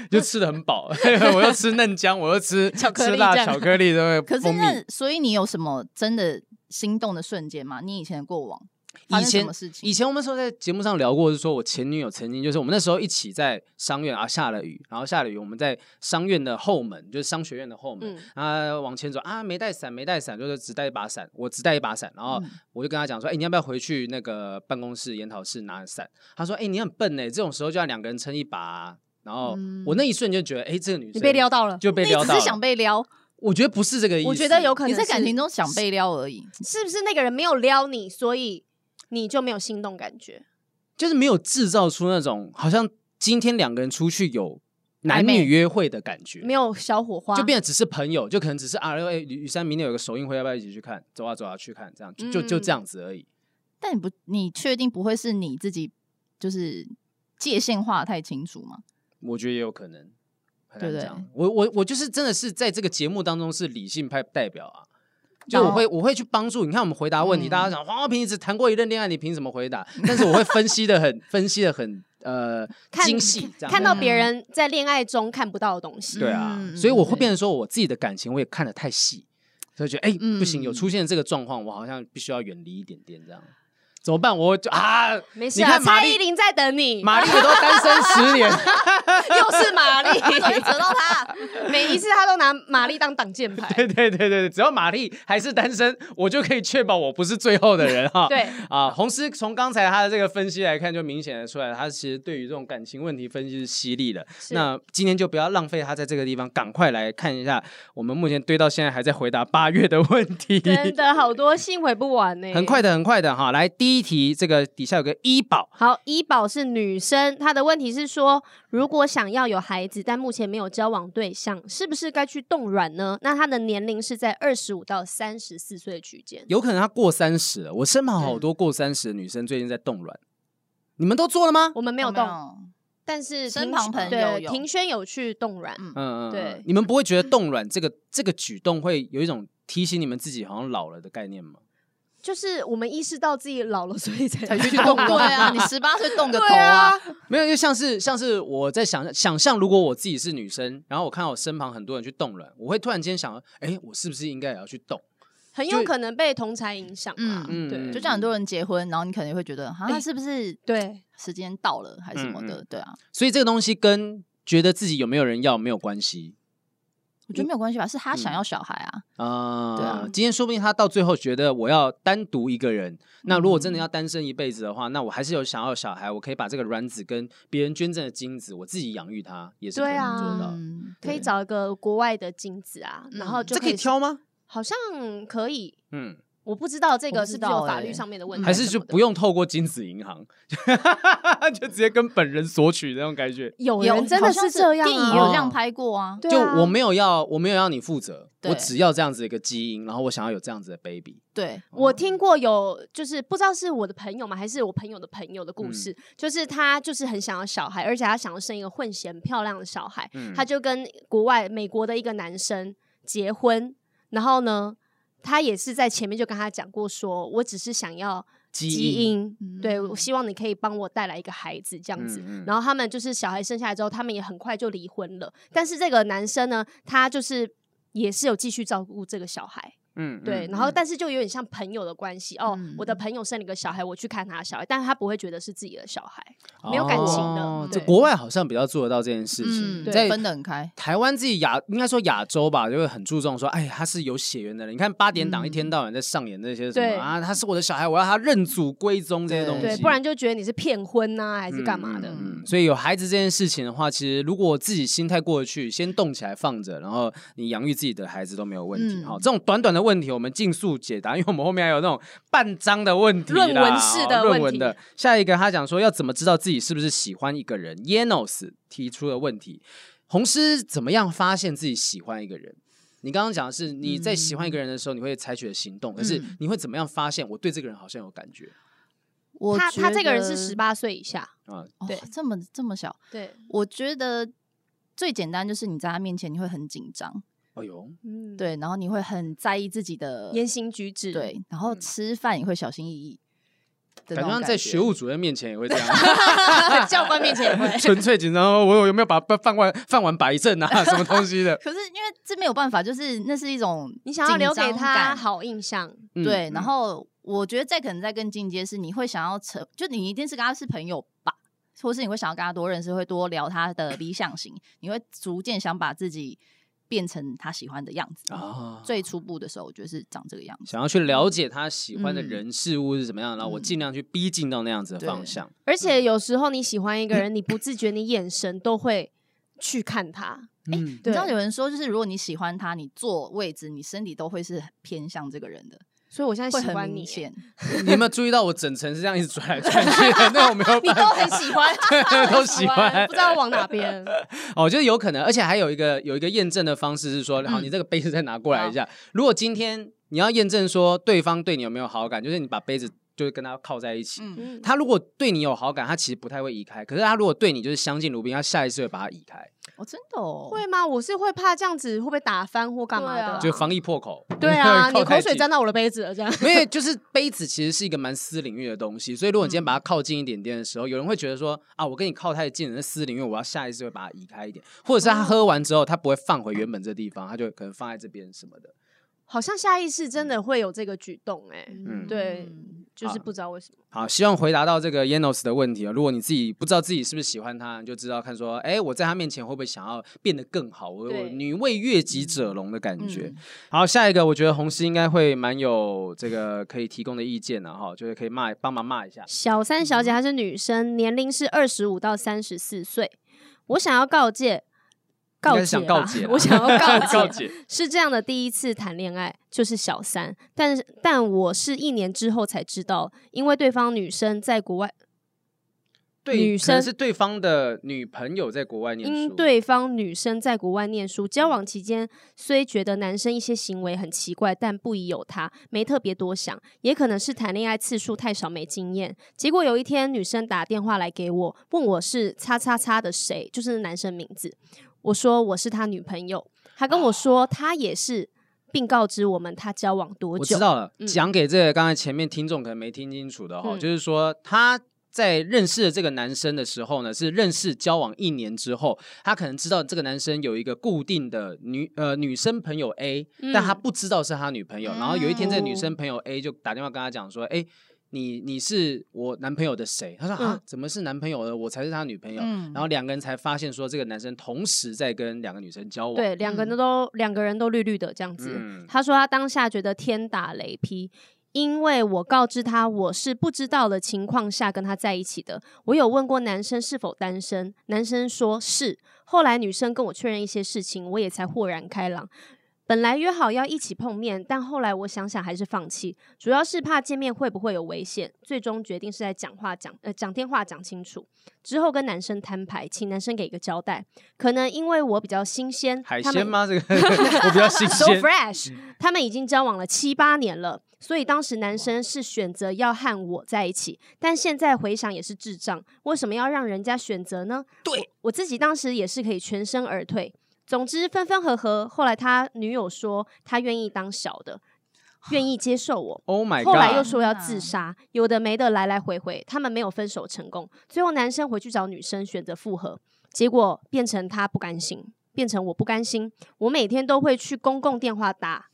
S1: 就吃的很饱， 我又吃嫩姜，我又吃
S3: 巧克力
S1: 吃辣
S3: 酱
S1: 巧克力，对不 对？
S2: 可是
S1: 蜂
S2: 那
S1: 蜜。
S2: 所以你有什么真的心动的瞬间吗？你以前的过往发
S1: 以
S2: 生什
S1: 前
S2: 么事情？
S1: 以前我们那时候在节目上聊过，是说我前女友曾经就是我们那时候一起在商院啊下了雨，然后下了雨我们在商院的后门，就是商学院的后门，
S3: 嗯，
S1: 啊，往前走啊，没带伞，没带伞，就是只带一把伞，我只带一把伞，然后
S2: 嗯
S1: 我就跟他讲说，哎、你要不要回去那个办公室研讨室拿伞？他说，哎、你很笨哎、这种时候就要两个人撑一把啊、然后
S2: 嗯
S1: 我那一瞬间就觉得，哎、这个女生
S3: 你被撩到了，
S1: 就被
S2: 你
S1: 撩
S2: 只
S1: 到了
S2: 是想被撩，
S1: 我觉得不是这个意思，
S3: 我觉得有可能
S2: 你在感
S3: 是
S2: 情中想被撩而已。
S3: 是不是那个人没有撩你，所以你就没有心动感觉？
S1: 就是没有制造出那种好像今天两个人出去有男
S2: 暧昧
S1: 女约会的感觉，
S3: 没有啊小火花，
S1: 就变得只是朋友，就可能只是啊，哎，雨雨山明天有个首映会，要不要一起去看？走啊走啊去看，这样就就就
S3: 嗯
S1: 这样子而已。
S2: 但你不，你确定不会是你自己就是界限画得太清楚吗？
S1: 我觉得也有可能，很
S2: 对
S1: 难
S2: 不对
S1: 讲。我我我就是真的是在这个节目当中是理性派代表啊。就我会我会去帮助你看我们回答问题，
S2: 嗯
S1: 大家讲黄浩平只谈过一任恋爱，你凭什么回答？但是我会分析的很分析的很呃
S3: 看
S1: 精细，这样嗯
S3: 看到
S1: 子
S3: 别人在恋爱中看不到的东西。
S1: 对啊，
S2: 嗯
S1: 所以我会
S2: 对
S1: 变成说我自己的感情我也看得太细，所以觉得哎、不行，有
S2: 嗯
S1: 出现这个状况，我好像必须要远离一点点这样。怎么办？我就啊，
S3: 没事
S1: 你
S3: 啊，
S1: 看玛
S3: 蔡
S1: 丽
S3: 依林在等你，
S1: 玛丽也都单身十年，
S3: 又是玛 丽，
S2: 扯到他，
S3: 每一次他都拿玛丽当挡箭牌。
S1: 对对对对对，只要玛丽还是单身，我就可以确保我不是最后的人哈。
S3: 对，
S1: 啊，红师从刚才他的这个分析来看，就明显的出来，他其实对于这种感情问题分析是犀利的。
S3: 是
S1: 那今天就不要浪费他在这个地方，赶快来看一下我们目前堆到现在还在回答八月的问题。
S3: 真的好多信回不完呢、
S1: 很快的，很快的哈。来，第一题，这个底下有个医保，
S3: 好，医保是女生，她的问题是说，如果想要有孩子，但目前没有交往对象，是不是该去冻卵呢？那她的年龄是在二十五到三十四岁区间。
S1: 有可能她过三十了。
S3: 嗯
S1: 我身旁好多过三十的女生最近在冻卵，你们都做了吗？
S3: 我们没有
S2: 动
S3: 冻，，但是
S2: 身
S3: 庭
S2: 旁
S3: 轩
S2: 朋
S3: 对
S2: 友有
S3: 庭轩有去冻卵，
S2: 嗯
S1: 嗯嗯，
S3: 对
S1: 你们不会觉得冻卵这个这个举动会有一种提醒你们自己好像老了的概念吗？
S3: 就是我们意识到自己老了，所以才
S2: 才去
S3: 冻
S2: 动
S3: 卵
S2: 对啊，你十八岁动个头
S3: 对啊
S2: 啊，
S1: 没有，就像是像是我在想想象，如果我自己是女生，然后我看到我身旁很多人去冻卵，我会突然间想，哎，我是不是应该也要去冻？
S3: 很
S1: 就
S3: 有可能被同才影响啦。
S1: 嗯
S3: 对，
S1: 嗯
S2: 就像很多人结婚，然后你可能会觉得，啊，
S3: 哎
S2: 是不是
S3: 对，
S2: 时间到了还是什
S1: 嗯
S2: 么的？对啊，
S1: 所以这个东西跟觉得自己有没有人要没有关系
S2: 我觉得没有关系吧，是
S1: 嗯
S2: 他想要小孩啊，
S1: 啊。
S2: 对啊
S1: 今天说不定他到最后觉得我要单独一个人，那如果真的要单身一辈子的话，那我还是有想要小孩，我可以把这个卵子跟别人捐赠的精子，我自己养育它，也是可以
S3: 对啊
S1: 做到的。
S2: 嗯，
S3: 可以
S1: 对
S3: 找一个国外的精子啊，然后
S2: 嗯
S3: 就
S1: 这可以挑吗？
S3: 好像可以，
S1: 嗯，
S3: 我不知道这
S2: 我不
S3: 个
S2: 知
S3: 是不是有
S2: 道
S3: 法
S2: 欸
S3: 律上面的问题，
S1: 还是就不
S3: 用
S1: 用透过精子银行， 就直接跟本人索取那种感觉。
S3: 有
S2: 有
S3: 人真
S2: 好
S3: 的
S2: 像是
S3: 这样啊，
S2: 电影有
S1: 哦
S2: 这样拍过啊，
S3: 对
S1: 就
S3: 啊
S1: 我没有要，我没有要你负责，
S2: 对
S1: 我只要这样子的一个基因，然后我想要有这样子的 baby。
S2: 对，
S3: 我听过有，就是不知道是我的朋友嘛，还是我朋友的朋友的故
S1: 嗯
S3: 事，就是他就是很想要小孩，而且他想要生一个混血很漂亮的小孩，
S1: 嗯
S3: 他就跟国外美国的一个男生结婚，然后呢，他也是在前面就跟他讲过说我只是想要
S1: 基
S3: 基
S1: 因
S3: 因，对
S2: 嗯
S3: 我希望你可以帮我带来一个孩子这样子，
S1: 嗯嗯
S3: 然后他们就是小孩生下来之后，他们也很快就离婚了，但是这个男生呢，他就是也是有继续照顾这个小孩。
S1: 嗯
S3: 对，
S1: 嗯
S3: 然后
S1: 嗯
S3: 但是就有点像朋友的关系哦。
S2: 嗯
S3: 我的朋友生了一个小孩，我去看他的小孩，但是他不会觉得是自己的小孩，没有感情的
S1: 哦这
S3: 对
S1: 国外好像比较做得到这件事情，
S2: 嗯，
S1: 在
S2: 对，分得很开，
S1: 台湾自己亚应该说亚洲吧，就会很注重说，哎，他是有血缘的人。你看八点档
S2: 嗯
S1: 一天到晚在上演那些什
S3: 对
S1: 么啊，他是我的小孩，我要他认祖归宗这些东西，
S3: 对，不然就觉得你是骗婚呐、还是干嘛的？
S1: 嗯嗯嗯所以有孩子这件事情的话，其实如果自己心态过得去，先动起来放着，然后你养育自己的孩子都没有问题。
S2: 嗯
S1: 好，这种短短的问题我们尽速解答，因为我们后面还有那种半章的问题啦，
S3: 论文式的
S1: 哦论
S3: 问
S1: 文
S3: 题
S1: 的。下一个他讲说要怎么知道自己是不是喜欢一个人，Yanos 提出的问题，红师怎么样发现自己喜欢一个人？你刚刚讲的是你在喜欢一个人的时候，你会采取的行动，可是
S2: 嗯
S1: 你会怎么样发现我对这个人好像有感觉
S2: 我
S3: 他他这个人是
S2: 觉得
S3: 十，八岁以下，
S1: 啊？
S2: 对
S3: 对，
S2: 这么这么小，
S3: 对，
S2: 我觉得最简单就是你在他面前你会很紧张，
S1: 哎呦，
S3: 嗯，
S2: 对，然后你会很在意自己的
S3: 言行举止，，
S2: 对，然后
S1: 嗯
S2: 吃饭也会小心翼翼
S1: 感
S2: 的那
S1: 觉
S2: 种
S1: 上
S2: 感
S1: 在
S2: 觉，
S1: 学 务主任面前也会这样。
S3: 教官面前也会
S1: 纯粹紧张，哦我有没有把饭碗饭碗摆正啊？什么东西 的？
S2: 可是因为这没有办法，就是那是一种
S3: 你想要留给
S2: 紧张感
S3: 他好印象，
S1: 嗯
S2: 对，
S1: 嗯
S2: 然后我觉得再可能再更进阶是，你会想要成，就你一定是跟他是朋友吧，或是你会想要跟他多认识，会多聊他的理想型，你会逐渐想把自己变成他喜欢的样子。
S1: 啊，
S2: 最初步的时候，我觉得是长这个样子。
S1: 想要去了解他喜欢的
S2: 嗯
S1: 人事物是怎么样，然后我
S2: 嗯哎
S1: 尽量去逼近到那样子的方向。
S3: 而且有时候你喜欢一个人，你不自觉，你眼神都会去看他，
S1: 嗯，
S2: 你
S3: 对
S2: 知道有人说，就是如果你喜欢他，你坐位置，你身体都会是偏向这个人的，
S3: 所以我现在
S2: 会
S3: 喜
S2: 很
S3: 欢
S2: 明
S3: 你，
S2: 显。
S1: 你有没有注意到我整层是这样一直转来转去的？ 那我没 有
S3: 你
S1: 办
S3: 都
S1: 法。
S3: 很喜欢，
S1: 都喜欢
S3: 不知道往哪边，
S1: 哦，就是有可能，而且还有一个有一个验证的方式是说，好，
S2: 嗯
S1: 你这个杯子再拿过来一下。如果今天你要验证说对方对你有没有好感，就是你把杯子就是跟他靠在一起。
S2: 嗯，
S3: 嗯，
S1: 他如果对你有好感，他其实不太会移开；可是他如果对你就是相敬如宾，他下意识会把它移开。
S2: 我、真的、哦、
S3: 会吗？我是会怕这样子会被打翻或干嘛的啊、
S1: 就防疫破口。
S3: 对啊，你
S1: 靠太
S3: 口水
S1: 近
S3: 沾。到我的杯子了，这样。
S1: 因为就是杯子其实是一个蛮私领域的东西，所以如果你今天把它靠近一点点的时候，有人会觉得说啊，我跟你靠太近了，那私领域我要下意识会把它移开一点，或者是他喝完之后他不会放回原本这地方，他就可能放在这边什么的。
S3: 嗯好像下意识真的会有这个举动、欸，哎、
S1: 嗯
S3: 对
S2: 嗯
S3: 就是不知道为什么。
S1: 好，希望回答到这个 Yanos 的问题哦。如果你自己不知道自己是不是喜欢他，你就知道看说，哎，我在他面前会不会想要变得更好？我我
S3: 对
S1: 女为悦己者容的感觉。
S2: 嗯
S1: 好，下一个我觉得红师应该会蛮有这个可以提供的意见的、哈，就是可以骂帮忙骂一下。
S3: 小三小姐她是女生，年龄是二十五到三十四岁。我想要告诫，
S1: 应
S3: 告
S1: 该
S3: 诫
S1: 是想
S3: 吧
S1: 告 诫啦
S3: 我想要告 诫，
S1: 告解。
S3: 是这样的，第一次谈恋爱就是小三，但是但我是一年之后才知道，因为对方女生在国外，
S1: 对
S3: 女
S1: 可能
S3: 生
S1: 是对方的女朋友在国外念
S3: 因
S1: 书，，嗯
S3: 对方女生在国外念书，交往期间虽觉得男生一些行为很奇怪，但不疑有他，没特别多想，也可能是谈恋爱次数太少，没经验。结果有一天，女生打电话来给我，问我是叉叉叉的谁，就是男生名字。我说我是他女朋友，他
S1: 啊
S3: 跟我说他也是，并告知我们他交往多
S1: 我
S3: 久
S1: 知。道了。
S3: 嗯
S1: 讲给这个刚才前面听众可能没听清楚的哈、
S3: 嗯
S1: 就是说他。在认识了这个男生的时候呢，是认识交往一年之后，他可能知道这个男生有一个固定的女呃女生朋友 A，、但他
S3: 嗯
S1: 不知道是他女朋友。然后有一天，这个女
S3: 嗯
S1: 生朋友 A 就打电话跟他讲说：“哎、你你是我男朋友的谁？”他说：“啊
S3: 嗯，
S1: 怎么是男朋友的？我才是他女朋友。
S2: 嗯
S1: 然后两个人才发现说，这个男生同时在跟两个女生交往。
S3: 对，两个人都两个人都绿绿的这样子。
S1: 嗯
S3: 他说他当下觉得天打雷劈，因为我告知他我是不知道的情况下跟他在一起的。我有问过男生是否单身，男生说是。后来女生跟我确认一些事情，我也才豁然开朗。本来约好要一起碰面，但后来我想想还是放弃，主要是怕见面会不会有危险。最终决定是在讲话讲呃讲电话讲清楚之后，跟男生摊牌，请男生给一个交代。可能因为我比较新鲜，
S1: 海
S3: 他
S1: 鲜
S3: 们
S1: 吗？这个我比较新
S3: so
S1: 鲜。
S3: fresh，他们已经交往了七八年了，所以当时男生是选择要和我在一起，但现在回想也是智障，为什么要让人家选择呢？对我自己当时也是可以全身而退。总之分分合合，后来他女友说他愿意当小的，愿意接受我。
S1: Oh my
S3: 后来又
S1: god！
S3: 说要自杀，有的没的来来回回，他们没有分手成功。最后男生回去找女生选择复合，结果变成他不甘心，变成我不甘心。我每天都会去公共电话打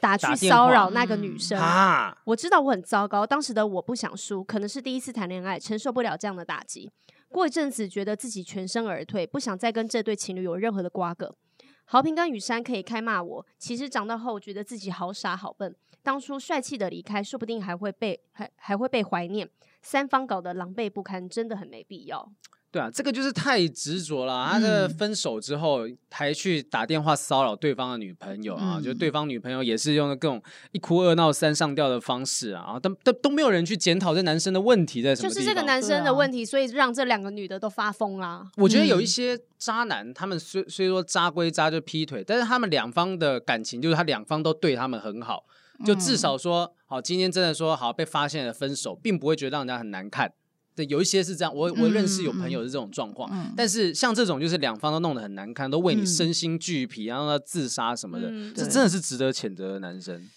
S3: 打
S1: 打
S3: 去
S1: 电话
S3: 骚扰那个女生。
S1: 啊，
S3: 我知道我很糟糕，当时的我不想输，可能是第一次谈恋爱，承受不了这样的打击。过一阵子，觉得自己全身而退，不想再跟这对情侣有任何的瓜葛。豪平跟雨山可以开骂我，其实长大后觉得自己好傻好笨，当初帅气的离开，说不定还会被还还会被怀念。三方搞得狼狈不堪，真的很没必要。
S1: 对啊，这个就是太执着了啊。他的
S2: 嗯
S1: 分手之后还去打电话骚扰对方的女朋友啊，
S2: 嗯
S1: 就对方女朋友也是用各种一哭二闹三上吊的方式啊，啊但但都没有人去检讨这男生的问题在什么
S3: 就
S1: 地方。
S3: 是这个男
S2: 对
S3: 生
S2: 啊
S3: 的问题，所以让这两个女的都发疯啦、
S1: 我觉得有一
S2: 嗯
S1: 些渣男，他们虽虽说渣归渣，就劈腿，但是他们两方的感情，就是他两方都对他们很好，
S2: 嗯
S1: 就至
S3: 嗯
S1: 少说，好，今天真的说好被发现了分手，并不会觉得让人家很难看。对，有一些是这样，我我认识有朋友是这种状况，
S2: 嗯嗯
S1: 但是像这种就是两方都弄得很难看，都为你
S2: 嗯
S1: 身心俱疲，然后他自杀什么的，
S3: 嗯
S1: 这
S2: 对
S1: 真的是值得谴责的男生。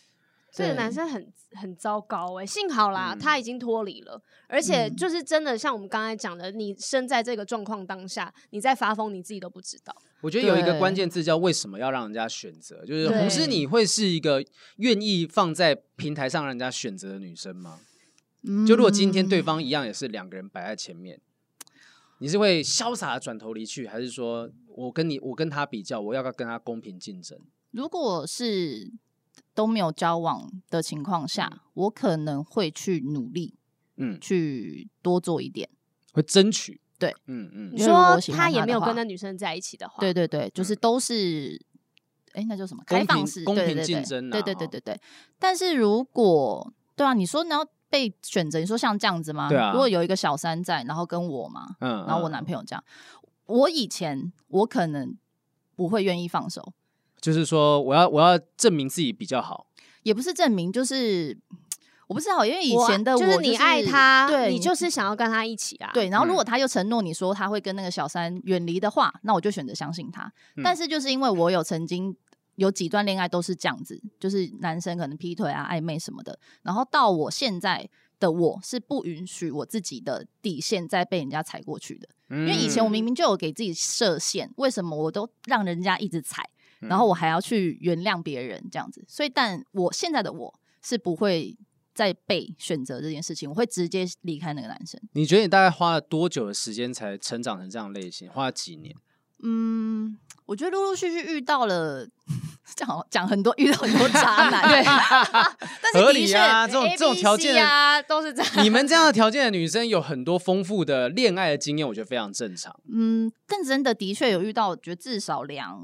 S3: 这个
S2: 对
S3: 男生很很糟糕哎、幸好啦，
S1: 嗯
S3: 他已经脱离了，而且
S2: 嗯
S3: 就是真的像我们刚才讲的，你身在这个状况当下，你在发疯，你自己都不知道。
S1: 我觉得有一个
S2: 对
S1: 关键字叫为什么要让人家选择，就是
S3: 对
S1: 红师，你会是一个愿意放在平台上让人家选择的女生吗？
S2: 嗯
S1: 就如果今天对方一样也是两个人摆在前面，你是会潇洒的转头离去，还是说我跟你我跟他比较，我要不要跟他公平竞争？
S2: 如果是都没有交往的情况下，我可能会去努力
S1: 嗯，
S2: 去多做一点。
S1: 会争取。
S2: 对，
S1: 嗯嗯
S3: 你
S2: 因为如果
S3: 说
S2: 我喜欢
S3: 他
S2: 他
S3: 也
S2: 的
S3: 没有跟
S2: 话
S3: 那女生在一起的话，
S2: 对，对对，就是
S1: 嗯
S2: 都是，哎、那叫什么？
S1: 公
S2: 开放
S1: 平
S2: 式
S1: 公
S2: 对
S1: 平
S2: 对
S1: 竞
S2: 对
S1: 争
S2: 对
S1: 啊
S2: 对对
S1: 哈
S2: 对对。但是如果对啊，你说你要被选择，你说像这样子吗？
S1: 对啊
S2: 如果有一个小三在，然后跟我嘛，
S1: 嗯，
S2: 然后我
S1: 嗯
S2: 男朋友这样，我以前我可能不会愿意放手，
S1: 就是说我要我要证明自己比较好，
S2: 也不是证明，就是我不知道，因为以
S3: 我
S2: 前的我、
S3: 就是你爱他，
S2: 对，
S3: 你就是想要跟他一起啊。
S2: 对。然后如
S1: 嗯
S2: 果他又承诺你说他会跟那个小三远离的话，那我就选择相信他。但
S1: 嗯
S2: 是就是因为我有曾经有几段恋爱都是这样子，就是男生可能劈腿啊、暧昧什么的，然后到我现在。的我是不允许我自己的底线再被人家踩过去的，
S1: 因
S2: 因为以前我
S3: 嗯
S2: 明明就有给自己设限，为什么我都让人家一直踩？
S1: 嗯
S2: 然后我还要去原谅别人这样子。所以，但我现在的我是不会再被选择这件事情，我会直接离开那个男生。
S1: 你觉得你大概花了多久的时间才成长成这样的类型？花了几 年？
S2: 嗯，我觉得陆陆续续遇到了讲讲很多遇到很多渣男，
S3: 对
S2: 但
S1: 合
S2: 是的
S1: 理
S2: 确，
S1: 啊，这种
S3: A,
S1: 这种
S3: B,
S1: 条
S3: C
S1: 件的
S3: 啊，都是这样。
S1: 你们这样的条件的女生有很多丰富的恋爱的经验，我觉得非常正常。
S2: 嗯，但真的的确有遇到，我觉得至少两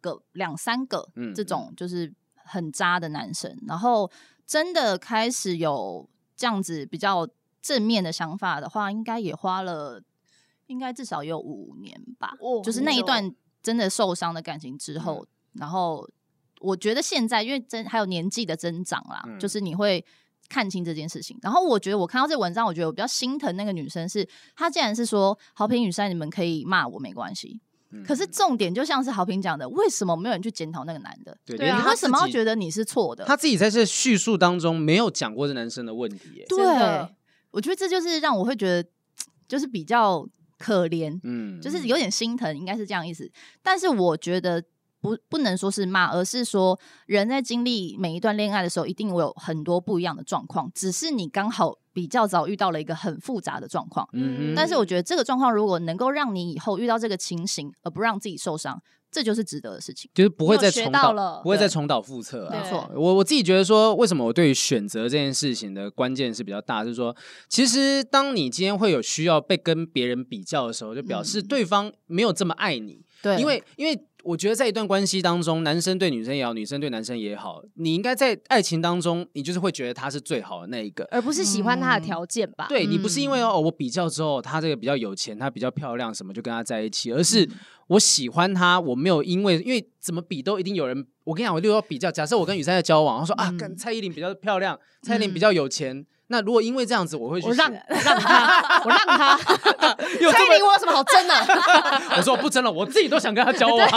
S2: 个、两三个
S1: 嗯
S2: 这种就是很渣的男生，然后真的开始有这样子比较正面的想法的话，应该也花了，应该至少有五年吧。
S3: 哦
S2: 就是
S3: 很
S2: 那一
S3: 久嗯
S2: 段真的受伤的感情之后，然后我觉得现在因为真还有年纪的增长啦，
S1: 嗯
S2: 就是你会看清这件事情。然后我觉得我看到这文章，我觉得我比较心疼那个女生是，她竟然是说好评雨山，你们可以骂我没关系。
S1: 嗯
S2: 可是重点就像是好评讲的，为什么没有人去检讨那个男的？
S1: 对
S3: 对
S1: 连
S3: 啊
S2: 你
S1: 他
S2: 为什么要
S1: 自己
S2: 觉得你是错的？
S1: 他自己在这叙述当中没有讲过这男生的问题耶？
S3: 真的
S2: 对，我觉得这就是让我会觉得就是比较可怜，
S1: 嗯，
S2: 就是有点心疼，应该是这样意思。但是我觉得不不能说是骂，而是说人在经历每一段恋爱的时候，一定会有很多不一样的状况，只是你刚好比较早遇到了一个很复杂的状况。
S1: 嗯哼，
S2: 但是我觉得这个状况如果能够让你以后遇到这个情形而不让自己受伤，这就是值得的事情。
S1: 就是不会
S3: 你有
S1: 再
S3: 学
S1: 重
S3: 到
S1: 蹈，
S3: 了
S1: 不会再
S2: 对
S1: 重蹈覆辙啊。
S2: 没错
S1: 我我自己觉得说，为什么我对于选择这件事情的关键是比较大，是说，其实当你今天会有需要被跟别人比较的时候，就表示
S2: 嗯
S1: 对方没有这么爱你，
S2: 对
S1: 因为因为。我觉得在一段关系当中，男生对女生也好，女生对男生也好，你应该在爱情当中，你就是会觉得他是最好的那一个，
S3: 而不是喜欢他的
S2: 嗯
S3: 条件吧？
S1: 对你不是因为
S2: 嗯
S1: 哦，我比较之后，她这个比较有钱，她比较漂亮，什么就跟她在一起，而
S3: 嗯
S1: 是我喜欢她，我没有因为因为怎么比都一定有人。我跟你讲，我就要比较。假设我跟雨珊在交往，她说啊，干
S2: 嗯
S1: 蔡依林比较漂亮，蔡依林比较有钱。那如果因为这样子，我会去
S3: 嗯我让
S1: 选
S3: 让他，我让他，
S1: 又
S3: 蔡
S1: 这
S3: 依林我有什么好争的？
S1: 么，我说我不争了，我自己都想跟她交 往。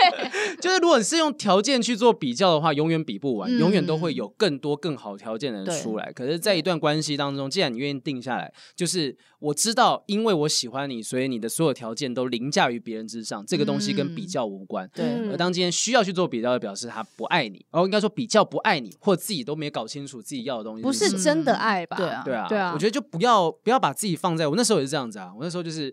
S1: 就是如果你是用条件去做比较的话，永远比不完，永远都会
S2: 嗯
S1: 有更多更好条件的人
S2: 对
S1: 出来。可是，在一段关系当中，既然你愿意定下来，就是我知道，因为我喜欢你，所以你的所有条件都凌驾于别人之上，这个东西跟比较无关。
S2: 对
S3: 嗯
S1: 而当今天需要去做比较的，表示他不爱你，哦，应该说比较不爱你，或自己都没搞清楚自己要的东西
S3: 不
S1: 是
S3: 是
S1: 什么
S3: 真的爱吧？
S2: 嗯对啊
S1: 对啊，
S3: 对啊
S1: 我觉得就不要不要把自己放在我那时候也是这样子啊，我那时候就是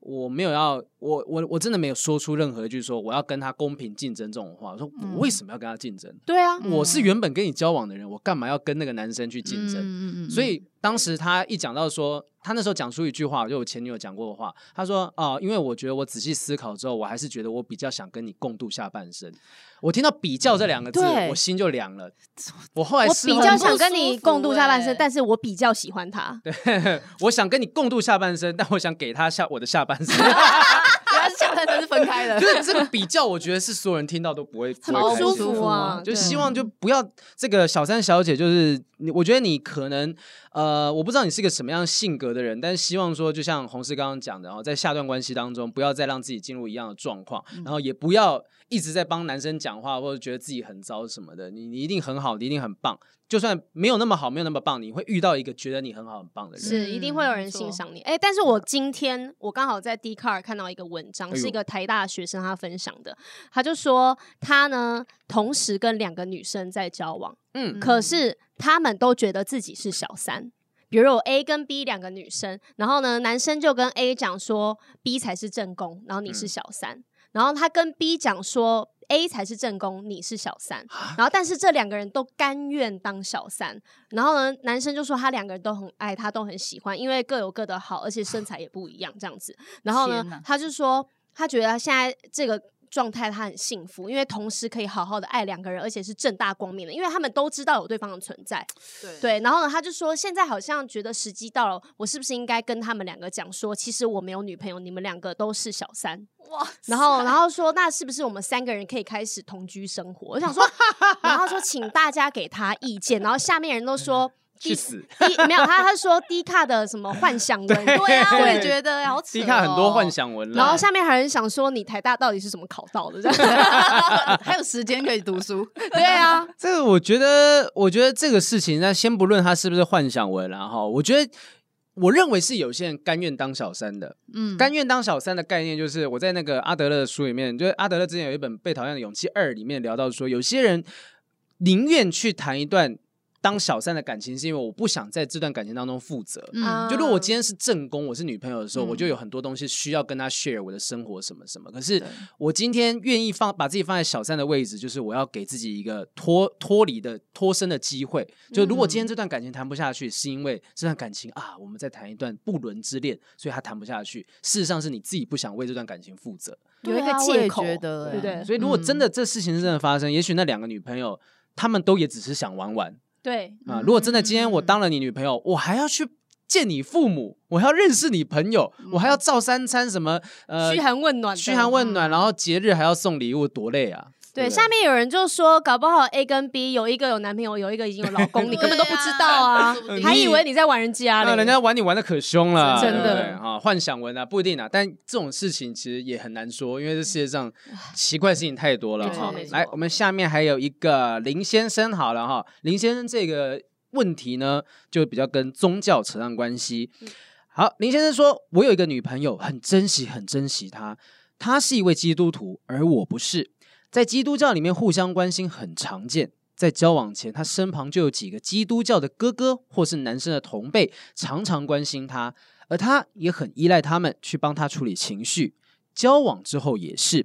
S1: 我没有要我我我真的没有说出任何一句说我要跟他公平竞争这种话，我说
S2: 嗯
S1: 我为什么要跟他竞争？
S3: 对啊，
S2: 嗯
S1: 我是原本跟你交往的人，我干嘛要跟那个男生去竞争？
S2: 嗯
S1: 所以当时他一讲到说，他那时候讲出一句话，就我前女友讲过的话，他说啊、因为我觉得我仔细思考之后，我还是觉得我比较想跟你共度下半生。我听到“比较”这两个字，
S2: 对
S1: 我心就凉了。我后来
S3: 我
S1: 事
S3: 比
S1: 后
S3: 较
S1: 很
S3: 想跟
S2: 很
S3: 你
S2: 不舒服
S3: 共度下半生，
S2: 欸
S3: 但是我比较喜欢他。
S1: 我想跟你共度下半生，但 我想给他下我的下半生。
S2: 他是下半身是分开 的
S1: 就是这个比较，我觉得是所有人听到都不会不
S3: 很
S1: 会
S3: 不
S1: 开
S3: 舒
S1: 心
S3: 服啊，
S1: 就
S3: 对
S1: 希望就不要这个小三小姐，就是你，我觉得你可能呃，我不知道你是个什么样性格的人，但是希望说，就像红师刚刚讲的，然后在下段关系当中，不要再让自己进入一样的状况，
S3: 嗯
S1: 然后也不要一直在帮男生讲话，或者觉得自己很糟什么的。你你一定很好，你一定很棒，就算没有那么好，没有那么棒，你会遇到一个觉得你很好很棒的人。
S3: 是，一定会有人欣赏你。哎、但是我今天我刚好在 d c a r 看到一个文章，
S1: 哎呦
S3: 是一个台大学生他分享的，他就说他呢同时跟两个女生在交往，
S1: 嗯
S3: 可是他们都觉得自己是小三。比如有 A 跟 B 两个女生，然后呢，男生就跟 A 讲说 B 才是正宫，然后你是
S1: 嗯
S3: 小三，然后他跟 B 讲说 A 才是正宫，你是小三，
S2: 啊
S3: 然后但是这两个人都甘愿当小三，然后呢，男生就说他两个人都很爱他，都很喜欢，因为各有各的好，而且身材也不一样这样子。然后
S2: 天哪
S3: 呢，他就说他觉得他现在这个。状态他很幸福，因为同时可以好好的爱两个人，而且是正大光明的，因为他们都知道有对方的存在。
S2: 对
S3: 对，然后呢，他就说现在好像觉得时机到了，我是不是应该跟他们两个讲说，其实我没有女朋友，你们两个都是小三。
S2: 哇，
S3: 然后，然后说那是不是我们三个人可以开始同居生活？我想说，然后说请大家给他意见，然后下面人都说。
S1: 嗯去死！
S3: 低没有他，他说低卡的什么 幻想文，
S2: 对啊，我也
S1: 对
S2: 觉得好扯、
S1: 低
S2: 哦。
S1: 看很多幻想文了，
S3: 然后下面还有人想说你台大到底是怎么考 到的？这样
S2: 还有时间可以读书，
S3: 对啊，
S1: 这个我觉得，我觉得这个事情，那先不论他是不是幻想文啦、哈，我觉得。我认为是有些人甘愿当小三的，
S2: 嗯，
S1: 甘愿当小三的概念就是我在那个阿德勒的书里面，就是阿德勒之前有一本《被讨厌的勇气二》里面聊到说，有些人宁愿去谈一段当小三的感情，是因为我不想在这段感情当中负责。
S2: 嗯
S1: 就如果我今天是正宫，我是女朋友的时候，
S2: 嗯
S1: 我就有很多东西需要跟她 share 我的生活什么什么。可是
S2: 对
S1: 我今天愿意放把自己放在小三的位置，就是我要给自己一个脱脱离的脱身的机会。就如果今天这段感情谈不下去，是因为这段感情啊，我们在谈一段不伦之恋，所以他谈不下去。事实上是你自己不想为这段感情负责，
S3: 有一个
S2: 对啊我
S3: 借
S2: 也
S3: 口，
S2: 觉得
S3: 对不
S2: 欸
S3: 对？
S1: 所以如果真的这事情是真的发生，也许那两个女朋友她们都也只是想玩玩。
S3: 对，
S1: 啊，
S2: 嗯
S1: 如果真的今天我
S2: 嗯
S1: 当了你女朋友，我还要去见你父母，我还要认识你朋友，我还要照三餐什么呃
S3: 嗯嘘寒问暖的，嗯
S1: 嘘寒问暖，然后节日还要送礼物，多累啊！
S3: 对，
S1: 不
S3: 下面有人就说，搞不好 A 跟 B 有一个有男朋友，有一个已经有老公，你根本都不知道啊，
S2: 对啊
S3: 还以为你在玩人家嘞。
S1: 嗯那人家玩你玩的可凶了，
S3: 真
S1: 对不
S3: 的
S1: 对啊，幻想文啊，不一定啊。但这种事情其实也很难说，因为这世界上奇怪的事情太多了
S2: 没错
S1: 哈
S2: 嗯没。错
S1: 来，我们下面还有一个林先生，好了哈，林先生这个问题呢，就比较跟宗教扯上关系。
S2: 嗯
S1: 好，林先生说：“我有一个女朋友，很珍惜，很珍惜她。她是一位基督徒，而我不是。在基督教里面，互相关心很常见。在交往前，她身旁就有几个基督教的哥哥或是男生的同辈，常常关心她，而她也很依赖他们去帮她处理情绪。交往之后也是，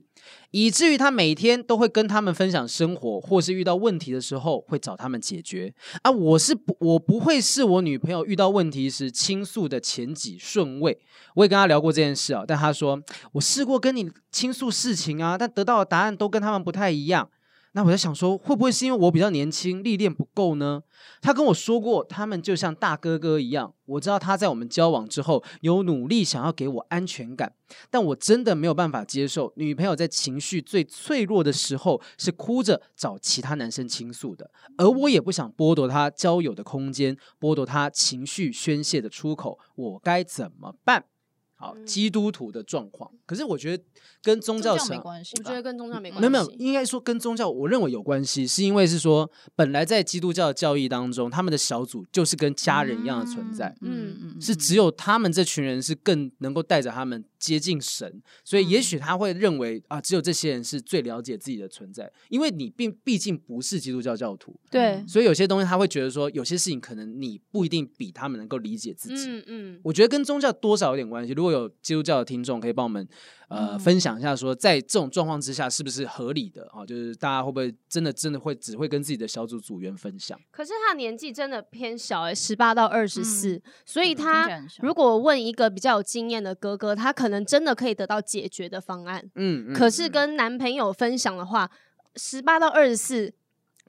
S1: 以至于她每天都会跟他们分享生活，或是遇到问题的时候会找他们解决。啊，我是不，我不会是我女朋友遇到问题时倾诉的前几顺位。我也跟她聊过这件事啊，但她说我试过跟你倾诉事情啊，但得到的答案都跟他们不太一样。那我在想说，会不会是因为我比较年轻，历练不够呢？她跟我说过，他们就像大哥哥一样。我知道她在我们交往之后有努力想要给我安全感，但我真的没有办法接受女朋友在情绪最脆弱的时候是哭着找其他男生倾诉的。而我也不想剥夺他交友的空间，剥夺他情绪宣泄的出口，我该怎么办？好，基督徒的状况，可是我觉得跟宗教
S2: 嗯宗教
S1: 上
S2: 没关系
S3: 我
S2: 吧，
S3: 觉得跟宗教没
S1: 没
S3: 关系，
S1: 有没有，应该说跟宗教，我认为有关系，是因为是说本来在基督教的教义当中，他们的小组就是跟家人一样的存在。
S3: 嗯
S1: 是只有他们这群人是更能够带着他们接近神，所以也
S3: 嗯
S1: 许他会认为啊，只有这些人是最了解自己的存在，因为你并毕竟不是基督教教徒，
S3: 对，
S1: 所以有些东西他会觉得说，有些事情可能你不一定比他们能够理解自己。
S3: 嗯嗯，
S1: 我觉得跟宗教多少有点关系。如果有基督教的听众，可以帮我们呃、分享一下说在这种状况之下是不是合理的啊、就是大家会不会真的真的会只会跟自己的小组组员分享？
S3: 可是他年纪真的偏小哎、欸，十八到二十四，所以
S2: 嗯听起来
S3: 他
S2: 很小
S3: 如果问一个比较有经验的哥哥，他可能真的可以得到解决的方案。
S1: 嗯，嗯
S3: 可是
S1: 嗯
S3: 跟男朋友分享的话，十八到二十四，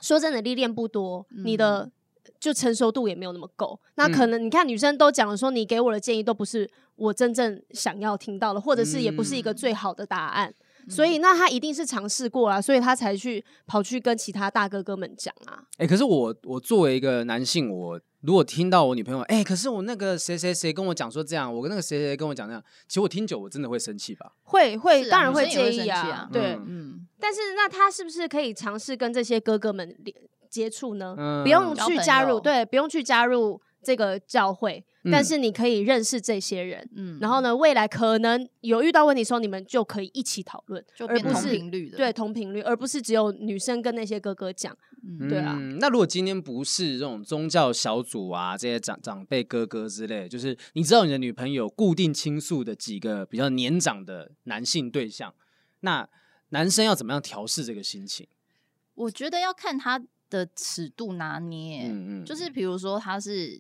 S3: 说真的历练不多，
S2: 嗯
S3: 你的就成熟度也没有那么够。那可能你看女生都讲了说，你给我的建议都不是我真正想要听到的，或者是也不是一个
S2: 嗯
S3: 最好的答案。所以，那他一定是尝试过啊啦，所以他才去跑去跟其他大哥哥们讲啊。
S1: 哎、可是我我作为一个男性，我如果听到我女朋友，哎、可是我那个谁谁谁跟我讲说这样，我跟那个谁谁谁跟我讲那样，其实我听久我真的会生气吧？
S3: 会会，
S2: 是啊
S3: 当然
S2: 女生也
S3: 介
S2: 会
S3: 意
S2: 生
S3: 啊。
S2: 气啊
S3: 对，
S1: 嗯
S2: 嗯，
S3: 但是那他是不是可以尝试跟这些哥哥们连接触呢？
S1: 嗯
S3: 不用
S2: 交
S3: 去
S2: 朋
S3: 加入，
S2: 友
S3: 对，不用去加入这个教会，
S1: 嗯
S3: 但是你可以认识这些人。
S2: 嗯
S3: 然后呢，未来可能有遇到问题的时候，你们就可以一起讨论，
S2: 就
S3: 而
S2: 变
S3: 不
S2: 同
S3: 是
S2: 频率的，
S3: 对同频率，而不是只有女生跟那些哥哥讲。
S2: 嗯，
S3: 对啊
S1: 嗯那如果今天不是这种宗教小组啊，这些长长辈哥哥之类，就是你知道你的女朋友固定倾诉的几个比较年长的男性对象，那男生要怎么样调试这个心情？
S2: 我觉得要看他的尺度拿捏，欸
S1: 嗯嗯
S2: 就是比如说他是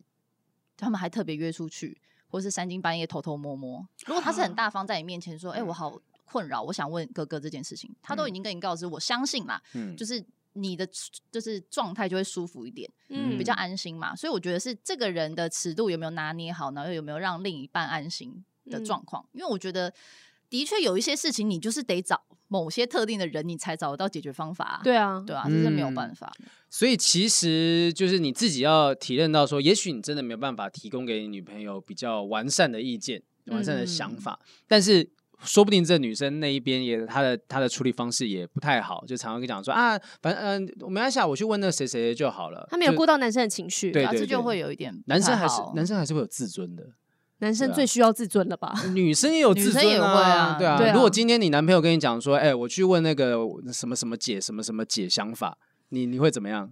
S2: 他们还特别约出去，或是三更半夜偷偷摸摸。如果他是很大方在你面前说：“哎、我好困扰，我想问哥哥这件事情。”他都已经跟你告知，我相信啦，
S1: 嗯，
S2: 就是你的就是状态就会舒服一点，
S1: 嗯
S2: 比较安心嘛。所以我觉得是这个人的尺度有没有拿捏好，然后有没有让另一半安心的
S3: 嗯
S2: 状况。因为我觉得的确有一些事情，你就是得找某些特定的人，你才找得到解决方法、啊。
S3: 对啊，
S2: 对啊，这是没有
S1: 嗯
S2: 办法。
S1: 所以其实就是你自己要体认到说，也许你真的没有办法提供给你女朋友比较完善的意见、完善的想法，但是说不定这女生那一边也她的她的处理方式也不太好，就常常跟你讲说啊，反正嗯、呃，没关系啊，我去问那谁谁就好了。
S3: 他没有
S1: 就
S3: 顾到男生的情绪，
S1: 对
S2: 然后啊这就会有一点不
S1: 男生
S2: 太
S1: 还是
S2: 好
S1: 男生还是会有自尊的，
S3: 男生
S1: 对啊
S3: 最需要自尊了吧？
S1: 女生也有自尊
S2: 女生也会啊
S1: 对啊。
S3: 对啊
S1: 如果今天你男朋友跟你讲说，哎、我去问那个什么什么姐什么什么姐想法，你你会怎么样？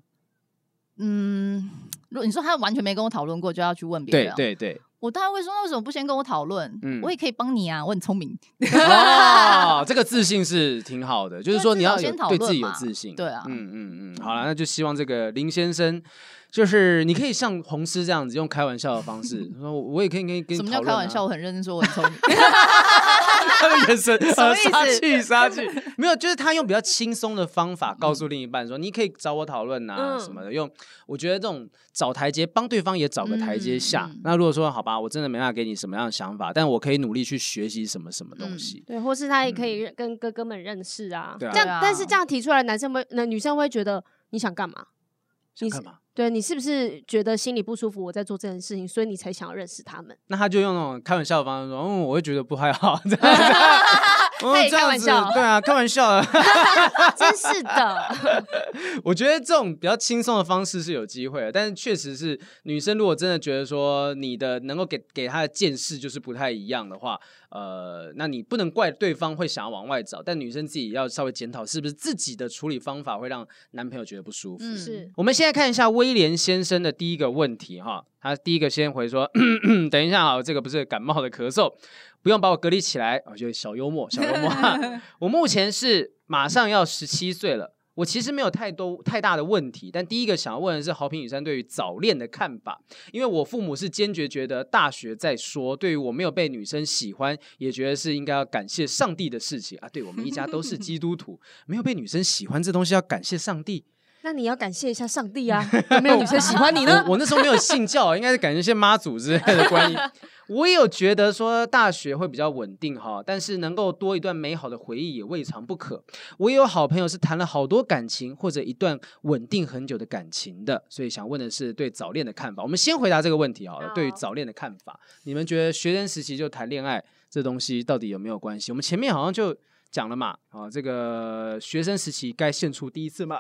S2: 嗯，如果你说他完全没跟我讨论过，就要去问别
S1: 对
S2: 人，，啊
S1: 对对，
S2: 我当然会说，那为什么不先跟我讨论？
S1: 嗯
S2: 我也可以帮你啊，我很聪明。
S1: 哦，这个自信是挺好的，就是说你要
S2: 对
S1: 有
S2: 至少
S1: 对
S2: 先讨论
S1: 自己有
S2: 嘛
S1: 自信。
S2: 对啊
S1: 嗯嗯嗯，好了，那就希望这个林先生，就是你可以像红师这样子，用 开玩笑的方式说，我也可以跟你跟你
S2: 什么叫
S1: 讨
S2: 开
S1: 论啊
S2: 玩笑？我很认真说我很聪明，
S1: 他的眼神，
S2: 什么
S1: 呃，
S2: 意思
S1: 杀 气杀气，没有，就是他用比较轻松的方法告诉另一半说，你可以找我讨论呐
S3: 嗯
S1: 什么的。用我觉得这种找台阶，帮对方也找个台阶下
S2: 嗯嗯。
S1: 那如果说好吧，我真的没办法给你什么样的想法，但我可以努力去学习什么什么东西。
S2: 嗯
S3: 对，或是他也可以认跟哥哥们认识啊。
S1: 嗯对啊
S3: 这
S2: 对啊
S3: 样，但是这样提出来，男生会，那女生会觉得你想干嘛？
S1: 想
S3: 你
S1: 干嘛？
S3: 对你是不是觉得心里不舒服？我在做这件事情，所以你才想要认识他们。
S1: 那他就用那种开玩笑的方式说，嗯，我会觉得不太好， 这样子，嗯
S3: 他也
S1: 这样
S3: 开玩
S1: 子
S3: 笑
S1: 对啊，开玩笑 的。
S3: 真 是的，
S1: 我觉得这种比较轻松的方式是有机会的，但是确实是女生如果真的觉得说你的能够给给她的见识就是不太一样的话，呃，那你不能怪对方会想要往外找，但女生自己要稍微检讨是不是自己的处理方法会让男朋友觉得不舒服。
S2: 嗯
S3: 是
S1: 我们现在看一下威廉先生的第一个问题哈，他第一个先回说， 等一下啊，这个不是感冒的咳嗽，不用把我隔离起来，我觉得小幽默，小幽默。我目前是马上要十七岁了，我其实没有太多太大的问题，但第一个想要问的是豪平雨山对于早恋的看法，因为我父母是坚决觉得大学再说，对于我没有被女生喜欢，也觉得是应该要感谢上帝的事情啊。对我们一家都是基督徒，没有被女生喜欢这东西要感谢上帝。
S3: 那你要感谢一下上 帝啊！有没有女生喜欢你呢？
S1: 我我那时候没有信教，应该是感觉些妈祖之类的观音。 我也有觉得说大学会比较稳定哈，但是能够多一段美好的回忆也未尝不可。我也有好朋友是谈了好多感情或者一段稳定很久的感情的，所以想问的是对早恋的看法。我们先回答这个问题好了，
S3: 好
S1: 对于早恋的看法，你们觉得学生时期就谈恋爱这东西到底有没有关系？我们前面好像就。讲了嘛，啊，这个学生时期该献出第一次嘛，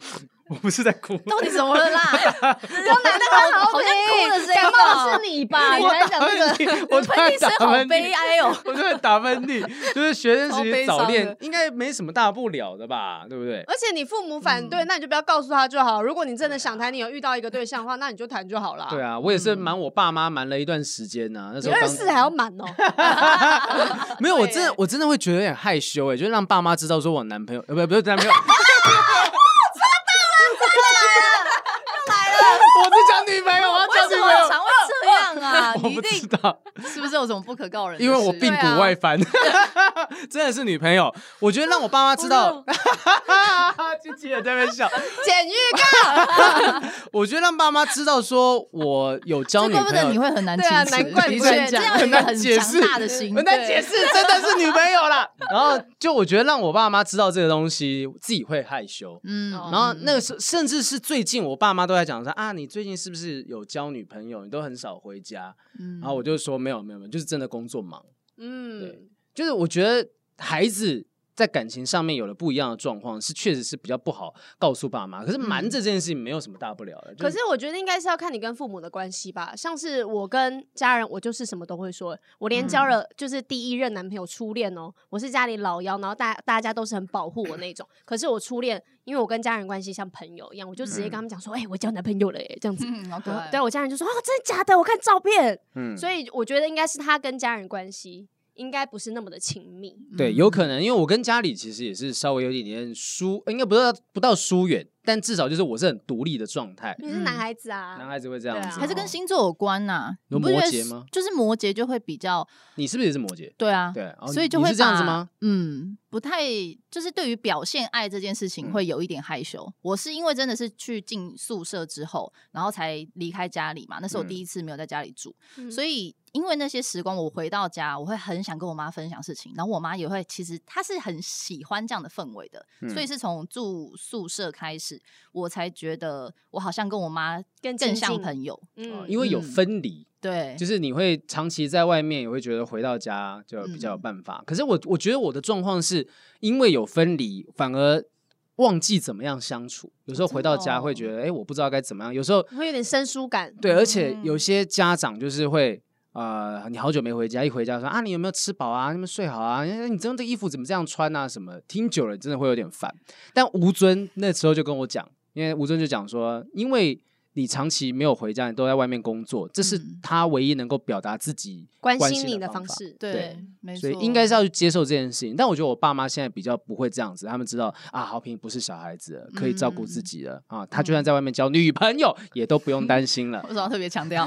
S1: 我不是在哭，
S2: 到底怎 么了啦？我奶奶好好像哭的声音
S3: 感冒
S2: 哦
S3: 是，你吧？你
S1: 我
S3: 来讲这
S1: 打
S3: 个
S1: 喷嚏，我突然
S2: 你声
S1: 打
S2: 好
S1: 喷
S2: 悲
S1: 嚏，
S2: 哀 哦。
S1: 我突然打喷嚏，就是学生
S2: 超
S1: 时期
S2: 悲伤
S1: 早恋
S2: 的嗯
S1: 应该没什么大不了的吧，对不对？
S3: 而且你父母反
S1: 嗯
S3: 对，那你就不要告诉他就好。如果你真的想谈，你有遇到一个对象的话，那你就谈就好了。
S1: 对啊，我也
S2: 嗯
S1: 是瞒我爸妈瞒了一段时间呐、那时
S3: 你
S1: 候
S3: 二
S1: 刚
S3: 十四还要满 哦，
S1: 没有，我
S2: 对
S1: 真的我真的会觉得有点害羞哎、就是让爸妈知道说我男朋友，呃，不不是男朋 友，
S2: 啊
S1: 我是讲女朋友，我要
S2: 为
S1: 讲
S2: 什
S1: 女
S2: 么
S1: 朋友，
S2: 常会这样 啊？
S1: 哦我
S2: 你一
S1: 不知
S2: 定
S1: 道。
S2: 是不是有啊什么不可告人的事？
S1: 因为我髌
S3: 对啊
S1: 骨外翻， 真的是女朋友。我觉得让我爸妈知 道，就记得在那边笑。
S3: 简预告。
S1: 我觉得让爸妈知道说我有交
S2: 这
S1: 女
S2: 怪不得
S1: 朋
S2: 你
S1: 友，
S2: 会很难
S3: 对啊
S2: 启齿
S3: 难怪
S2: 的
S3: 不
S2: 确
S3: 会
S2: 这
S3: 讲
S2: 样有一个很强大的心，
S1: 很难解
S2: 释。
S1: 释，真的是女朋友啦。然后就我觉得让我爸妈知道这个东西，自己会害羞。
S2: 嗯，
S3: 然
S1: 然后那个时候，甚至是最近，我爸妈都在讲说啊，你最近是不是有交女朋友？你都很少回家。
S2: 嗯
S1: 然后我就说没有没有没有，就是真的工作忙。对
S3: 嗯，
S1: 就是我觉得孩子在感情上面有了不一样的状况，是确实是比较不好告诉爸妈。可是瞒
S2: 嗯
S1: 着这件事情没有什么大不了的。就
S3: 可是我觉得应该是要看你跟父母的关系吧。像是我跟家人，我就是什么都会说，我连交
S1: 嗯
S3: 了就是第一任男朋友初恋哦，我是家里老幺，然后大大家都是很保护我那种。可是我初恋，因为我跟家人关系像朋友一样，我就直接跟
S1: 嗯
S3: 他们讲说，哎，我交男朋友了，哎，这 样子。
S2: 嗯，好可爱。
S3: 对，我家人就说哦，真的假的？我看照片。
S1: 嗯
S3: 所以我觉得应该是他跟家人关系应该不是那么的亲密。
S1: 对，
S2: 嗯
S1: 有可能，因为我跟家里其实也是稍微有一点点疏，应该不到不到疏远，但至少就是我是很独立的状态。
S3: 你是男孩子
S1: 嗯男
S3: 啊，
S1: 孩子会这样子
S3: 对啊
S1: 哦，
S2: 嗯还是跟星座有关呐、
S1: 有
S2: 你不觉得
S1: 摩羯吗
S2: 就是摩羯就会比较
S1: 你是不是也是摩羯？
S2: 对啊，
S1: 对，哦
S2: 所以
S1: 你
S2: 就
S1: 你
S2: 会
S1: 是这样子
S2: 把
S1: 吗？？
S2: 嗯，不太就是对于表现爱这件事
S1: 嗯
S2: 情会有一点害羞。我是因为真的是去进宿舍之后，然后才离开家里嘛，那是我
S1: 嗯
S2: 第一次没有在家里住，
S3: 嗯
S2: 所以因为那些时光，我回到家，我会很想跟我妈分享事情，然后我妈也会，其实她是很喜欢这样的氛围的，
S1: 嗯
S2: 所以是从住宿舍开始，我才觉得我好像跟我妈
S3: 更
S2: 更
S3: 亲
S2: 像
S3: 近
S2: 朋友，
S3: 嗯
S1: 哦因为有
S2: 嗯
S1: 分离，
S2: 对，
S1: 就是你会长期在外面，也会觉得回到家就比较有办法。可是我我觉得我的状况是因为有分离，反而忘记怎么样相处。有时候回到家会觉得，哎、我不知道该怎么样。有时候
S3: 会有点生疏感。嗯
S1: 对，而且
S2: 嗯
S1: 有些家长就是会。呃，你好久没回家，一回家说啊，你有没有吃饱啊？你们睡好啊？哎你真的这衣服怎么这样穿啊？什么？听久了真的会有点烦。但吴尊那时候就跟我讲，因为吴尊就讲说，因为你长期没有回家，你都在外面工作，这是
S2: 嗯
S1: 他唯一能够表达自己
S3: 关
S1: 关
S3: 心
S1: 心
S3: 你
S1: 的
S3: 的
S1: 方
S3: 方
S1: 法
S3: 式，
S1: 对
S2: 对，没
S1: 所
S2: 错，
S1: 以应该是要去接受这件事情。但我觉得我爸妈现在比较不会这样子，他们知道啊，豪平不是小孩子了，可以照顾自己了、啊。他就算在外面交女朋友，也都不用担心了
S2: 为。什么要特别 强调？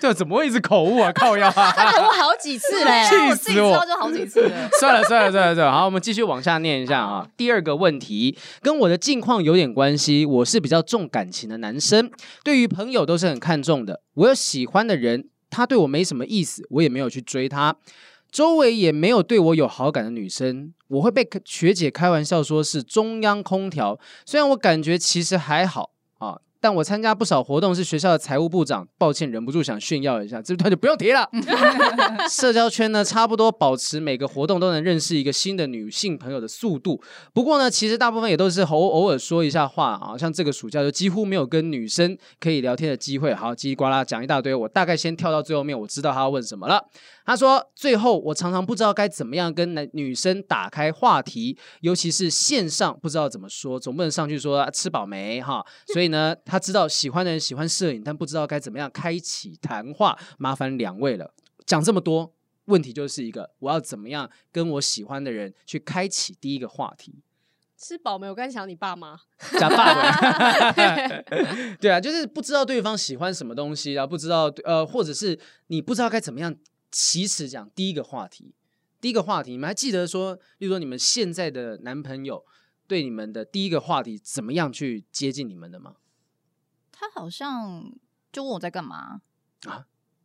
S1: 这怎么会一直口误啊？靠腰啊！，
S3: 他口误好几次嘞
S1: 气
S2: 啊我
S1: 死
S2: 自己知
S1: 我
S2: 道就好几次 了。
S1: 算了算了算了算了，好，我们继续往下念一下啊。第二个问题跟我的近况有点关系，我是比较重感情的男生，对于朋友都是很看重的。我有喜欢的人，他对我没什么意思，我也没有去追他。周围也没有对我有好感的女生，我会被学姐开玩笑说是中央空调。虽然我感觉其实还好啊，但我参加不少活动是学校的财务部长，抱歉忍不住想炫耀一下，这段就不用提了。社交圈呢，差不多保持每个活动都能认识一个新的女性朋友的速度。不过呢，其实大部分也都是哦偶偶尔说一下话啊，像这个暑假就几乎没有跟女生可以聊天的机会。好，叽里呱啦讲一大堆，我大概先跳到最后面，我知道他要问什么了。他说，最后我常常不知道该怎么样跟男女生打开话题，尤其是线上不知道怎么说，总不能上去说、啊吃饱没哈。所以呢，他知道喜欢的人喜欢摄影，但不知道该怎么样开启谈话，麻烦两位了。讲这么多，问题就是一个，我要怎么样跟我喜欢的人去开启第一个话题？
S3: 吃饱没有？我刚才想你爸妈，
S1: 假发尾， 对啊，就是不知道对方喜欢什么东西，然后不知道呃，或者是你不知道该怎么样起始讲第一个话题。第一个话题，你们还记得说，例如说你们现在的男朋友对你们的第一个话题怎么样去接近你们的吗？
S2: 他好像就问我在干嘛，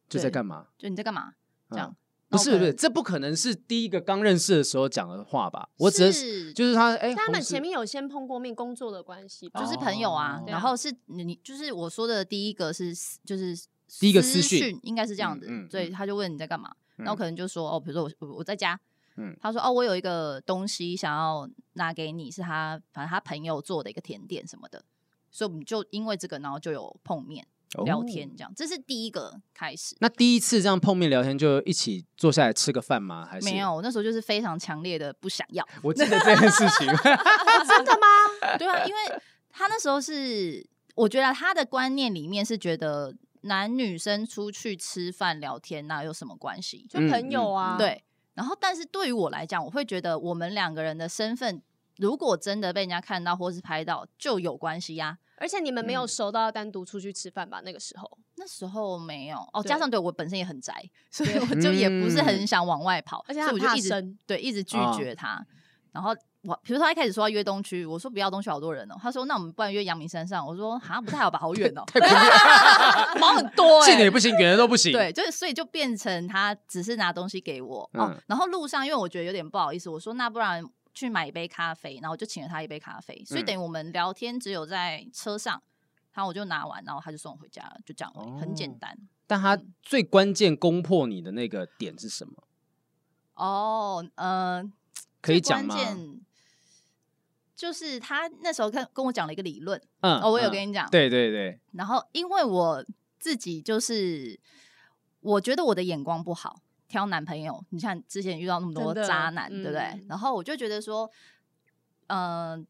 S1: 就在
S2: 对
S1: 干嘛？
S2: 就你在干嘛这样
S1: 嗯。不
S2: 那我
S1: 是
S2: 可
S1: 不是，
S2: 能
S1: 这不可能是第一个刚认识的时候讲的话吧？我只是
S2: 是
S1: 就是他哎，
S3: 但他
S1: 红
S3: 们
S1: 丝
S3: 前面有先碰过面，工作的关系吧，
S2: 就是朋友啊
S1: 哦，
S2: 然后是你你就是我说的第一个是私就是
S1: 第一个私
S2: 私
S1: 讯，
S2: 应该是这样子
S1: 嗯嗯，
S2: 所以
S1: 嗯
S2: 他就问你在干嘛，
S1: 嗯
S2: 然后可能就说哦，比如说我我我在家
S1: 嗯，
S2: 他说哦，我有一个东西想要拿给你，是他反正他朋友做的一个甜点什么的，所以我们就因为这个，然后就有碰面聊。
S1: 哦
S2: 天这样，这是第一个开始。
S1: 那第一次这样碰面聊天，就一起坐下来吃个饭吗？还是
S2: 没？有，我那时候就是非常强烈的不想要，
S1: 我记得这件事 情，
S3: 真的吗？
S2: 对啊，因为他那时候是，我觉得他的观念里面是觉得男女生出去吃饭聊天那有什么关系？
S3: 就
S1: 嗯
S3: 朋友啊，
S1: 嗯嗯，
S2: 对，然后但是对于我来讲，我会觉得我们两个人的身份，如果真的被人家看到或是拍到，就有关系呀、
S3: 而且你们没有
S1: 嗯
S3: 熟到要单独出去吃饭吧？那个时候，
S2: 那时候没有哦，
S3: 对嗯
S2: 加上对我本身也很宅，所以我就也不是很想往外跑，
S3: 而且他
S2: 所以我
S3: 很怕
S2: 就一直
S3: 生
S2: 对一直拒
S1: 啊
S2: 绝他。然后我比如说他一开始说要约东区，我说不要东区好多人哦，他说那我们不然约阳明山上，我说好不太好吧，好远哦，
S1: 太恐怖，
S2: 毛很 多哎、
S1: 近的也不行，远的都不行。，
S2: 对，就是所以就变成他只是拿东西给我、
S1: 嗯
S2: 哦，然后路上因为我觉得有点不好意思，我说那不然去买一杯咖啡，然后我就请了他一杯咖啡，所以
S1: 嗯
S2: 等于我们聊天只有在车上，然后我就拿完，然后他就送我回家了，就这样而已，很
S1: 哦
S2: 简单。
S1: 但他最关键攻破你的那个点是什么？
S2: 哦，呃，
S1: 可
S2: 最
S1: 以讲吗
S2: 关？键就是他那时候跟跟我讲了一个理论，
S1: 嗯
S2: 哦，我有
S1: 嗯
S2: 跟你讲，
S1: 对对对，
S2: 然后因为我自己就是，我觉得我的眼光不好，挑男朋友。你看之前遇到那么多
S3: 真的
S2: 渣男，
S3: 嗯
S2: 对不对？然后我就觉得说，嗯、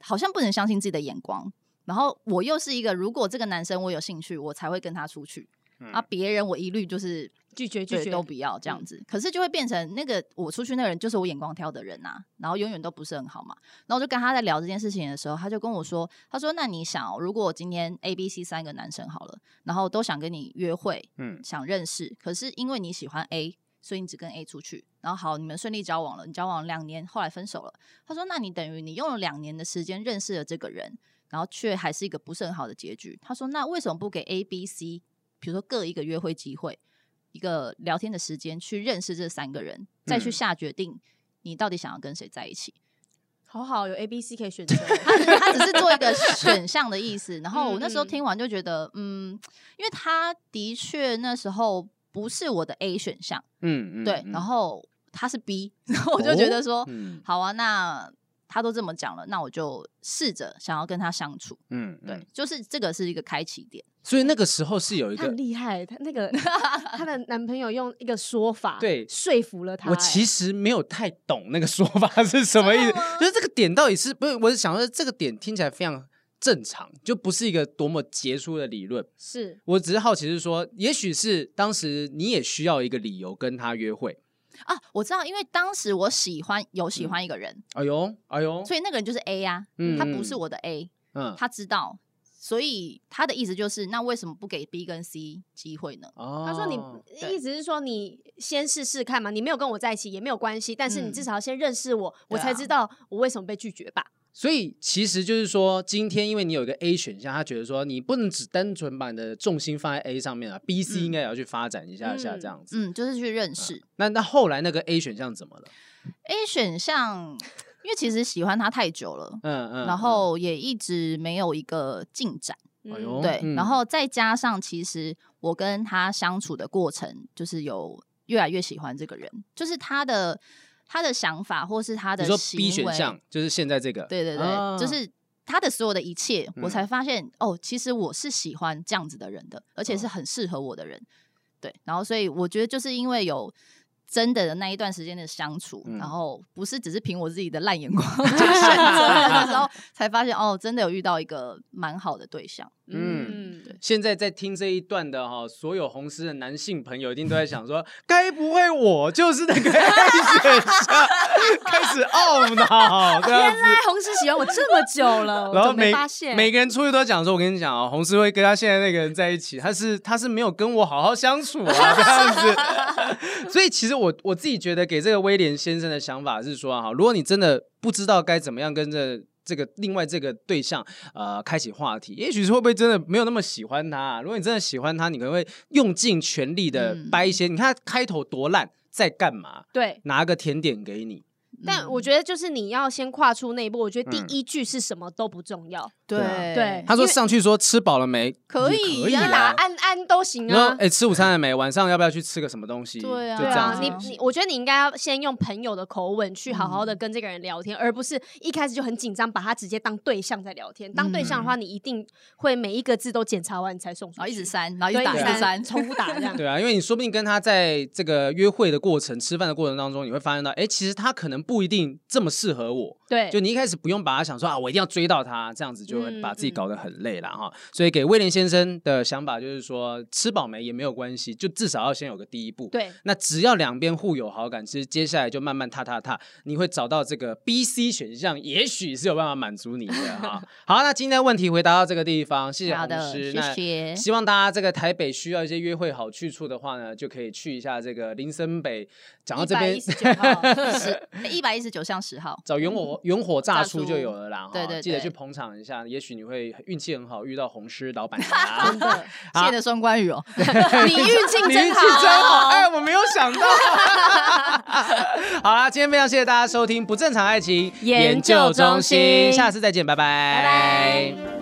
S2: 好像不能相信自己的眼光。然后我又是一个，如果这个男生我有兴趣，我才会跟他出去、啊，别人我一律就是
S3: 嗯拒绝
S2: 对
S3: 拒绝嗯
S2: 都不要这样子。可是就会变成那个我出去那个人就是我眼光挑的人啊，然后永远都不是很好嘛。然后我就跟他在聊这件事情的时候，他就跟我说，他说那你想哦、如果我今天 A、B、C 三个男生好了，然后都想跟你约会，
S1: 嗯
S2: 想认识，可是因为你喜欢 A。所以你只跟 A 出去，然后好，你们顺利交往了，你交往两年，后来分手了。他说：“那你等于你用了两年的时间认识了这个人，然后却还是一个不是很好的结局。”他说：“那为什么不给 A、B、C，比如说各一个约会机会，一个聊天的时间去认识这三个人，再去
S1: 嗯
S2: 下决定你到底想要跟谁在一起。
S3: 好好有 A、B、C 可以 选 择。
S2: 他只他只是做一个选项的意思。然后我那时候
S3: 嗯嗯
S2: 听完就觉得，嗯，因为他的确那时候不是我的 A 选项，
S1: 嗯嗯，
S2: 对，
S1: 嗯
S2: 然后他是 B，然 后我就觉得说，
S1: 嗯
S2: 好啊，那他都这么讲了，那我就试着想要跟他相处。
S1: 嗯，
S2: 对，
S1: 嗯
S2: 就是这个是一个开启点。
S1: 所以那个时候是有一
S3: 她
S1: 个
S3: 很，厉害，她那 个她的男朋友用一个说法
S1: 对
S3: 说服了欸她。
S1: 我其
S3: 实
S1: 实没有太懂那个说法是什么意思，就是这个点到底是不是？我是想说这个点听起来非常正常，就不是一个多么杰出的理论。
S3: 是
S1: 我只是好奇是说，也许是当时你也需要一个理由跟他约会。
S2: 啊，我知道，因为当时我喜欢有喜欢一个人，
S1: 哎呦，哎呦，
S2: 所以那个人就是 A 呀、
S1: 嗯
S2: 他不是我的 A，、
S1: 嗯，
S2: 他知道，所以他的意思就是，那为什么不给 B 跟 C 机会呢？
S1: 哦
S3: 他说你
S2: 对
S3: 意思是说你先试试看嘛，你没有跟我在一起也没有关系，但是你
S2: 嗯
S3: 至少要先认识我，我
S2: 对
S3: 才
S2: 啊
S3: 知道我为什么被拒绝吧。
S1: 所以其实就是说，今天因为你有一个 A 选项，他觉得说你不能只单纯把你的重心放在 A 上面啊，B、C
S2: 嗯
S1: 应该也要去发展一下下
S3: 嗯
S1: 这样子。
S2: 嗯，就是去认识、
S1: 那那后来那个 A 选项怎么了？
S2: A 选项，因为其实喜欢他太久了，
S1: 嗯嗯，
S2: 然后也一直没有一个进展。
S1: 哎呦
S3: 嗯
S2: 对，
S1: 嗯
S2: 然后再加上其实我跟他相处的过程，就是有越来越喜欢这个人，就是他的他的想法或是他
S1: 你
S2: 的
S1: 说 B
S2: 行
S1: 选
S2: 为，
S1: 项就是现在这个，
S2: 对对对，
S1: 啊
S2: 就是他的所有的一切，
S1: 嗯
S2: 我才发现哦，其实我是喜欢这样子的人的，而且是
S1: 嗯
S2: 很适合我的人。对，然后所以我觉得就是因为有。真的的那一段时间的相处，
S1: 嗯
S2: 然后不是只是凭我自己的烂眼光 去选择的那时候，才发现哦，真的有遇到一个蛮好的对象。
S1: 嗯
S3: 嗯，
S1: 现在在听这一段的哈、所有红丝的男性朋友一定都在想说，该不会我就是那个 A 选项，开始懊恼这样子。
S3: 原来红石喜欢我这么久了，我
S1: 然后
S3: 怎么哦没
S1: 每
S3: 发现，
S1: 每个人出去都讲说，我跟你讲啊，红丝会跟他现在那个人在一起，他是他是没有跟我好好相处啊， 这样 子。所以其实我我自己觉得给这个威廉先生的想法是说啊哈，如果你真的不知道该怎么样跟这这个另外这个对象呃开启话题，也许是会不会真的没有那么喜欢他、啊如果你真的喜欢他，你可能会用尽全力的
S2: 嗯
S1: 掰一些，你看他开头多烂，在干嘛？
S3: 对。
S1: 拿个甜点给你，
S3: 但
S2: 嗯
S3: 我觉得就是你要先跨出那一步，我觉得第
S1: 嗯
S3: 一句是什么都不重要，
S1: 对
S2: 对
S1: 啊
S3: 对
S1: 他说
S3: 因为
S1: 上去说吃饱了没？
S2: 可
S1: 也
S2: 以
S1: 可以
S2: 啊
S1: 啦
S3: 打安安都行
S1: 你说
S3: 啊
S1: 哎、。吃午餐了没？晚上要不要去吃个什么东西？
S2: 对啊
S1: 就
S3: 对
S1: 这样
S3: 啊
S1: 子。，
S3: 你你，我觉得你应该要先用朋友的口吻去好好的
S2: 嗯
S3: 跟这个人聊天，而不是一开始就很紧张，把他直接当对象在聊天。当对象
S1: 嗯
S3: 的话，你一定会每一个字都检查完你才送出
S2: 然后
S3: 去，
S2: 一直删，然后一
S3: 对
S2: 直打，
S3: 一
S2: 一
S3: 直
S2: 直
S3: 删，
S2: 删，
S3: 重复打这样。
S1: 对啊，因为你说不定跟他在这个约会的过程、吃饭的过程当中，你会发现到，哎、其实他可能不一定这么适合我。
S3: 对，
S1: 就你一开始不用把他想说啊，我一定要追到他，这样子就会
S3: 嗯
S1: 把自己搞得很累了哈。所以给威廉先生的想法就是说，吃饱没也没有关系，就至少要先有个第一步。
S3: 对
S1: 那只要两边互有好感，其实接下来就慢慢踏踏踏，你会找到这个 B、C 选项，也许是有办法满足你的哈。 好，那今天的问题回答到这个地方，谢谢
S2: 好
S1: 红
S2: 的，
S1: 师，
S2: 谢
S1: 啊那
S2: 谢。
S1: 希望大家这个台北需要一些约会好去处的话呢，就可以去一下这个林森北。讲到这边，
S3: 119号
S2: 哦十一百一十九项十号，
S1: 找远火远火炸
S2: 嗯炸
S1: 出就
S2: 出
S1: 有了啦。哈
S2: 对对
S1: 记得
S2: 对
S1: 去捧场一下，也许你会运气很好遇到红狮老 板娘。 真的，
S2: 谢谢的双关语哦。
S3: 你运气
S1: 你运
S3: 真
S1: 气真
S3: 好，啊
S1: 好，哎，我没有想到。 好啦，今天非常谢谢大家收听《不正常爱情
S3: 研究中心
S1: 下次再见，拜拜，
S3: 拜拜。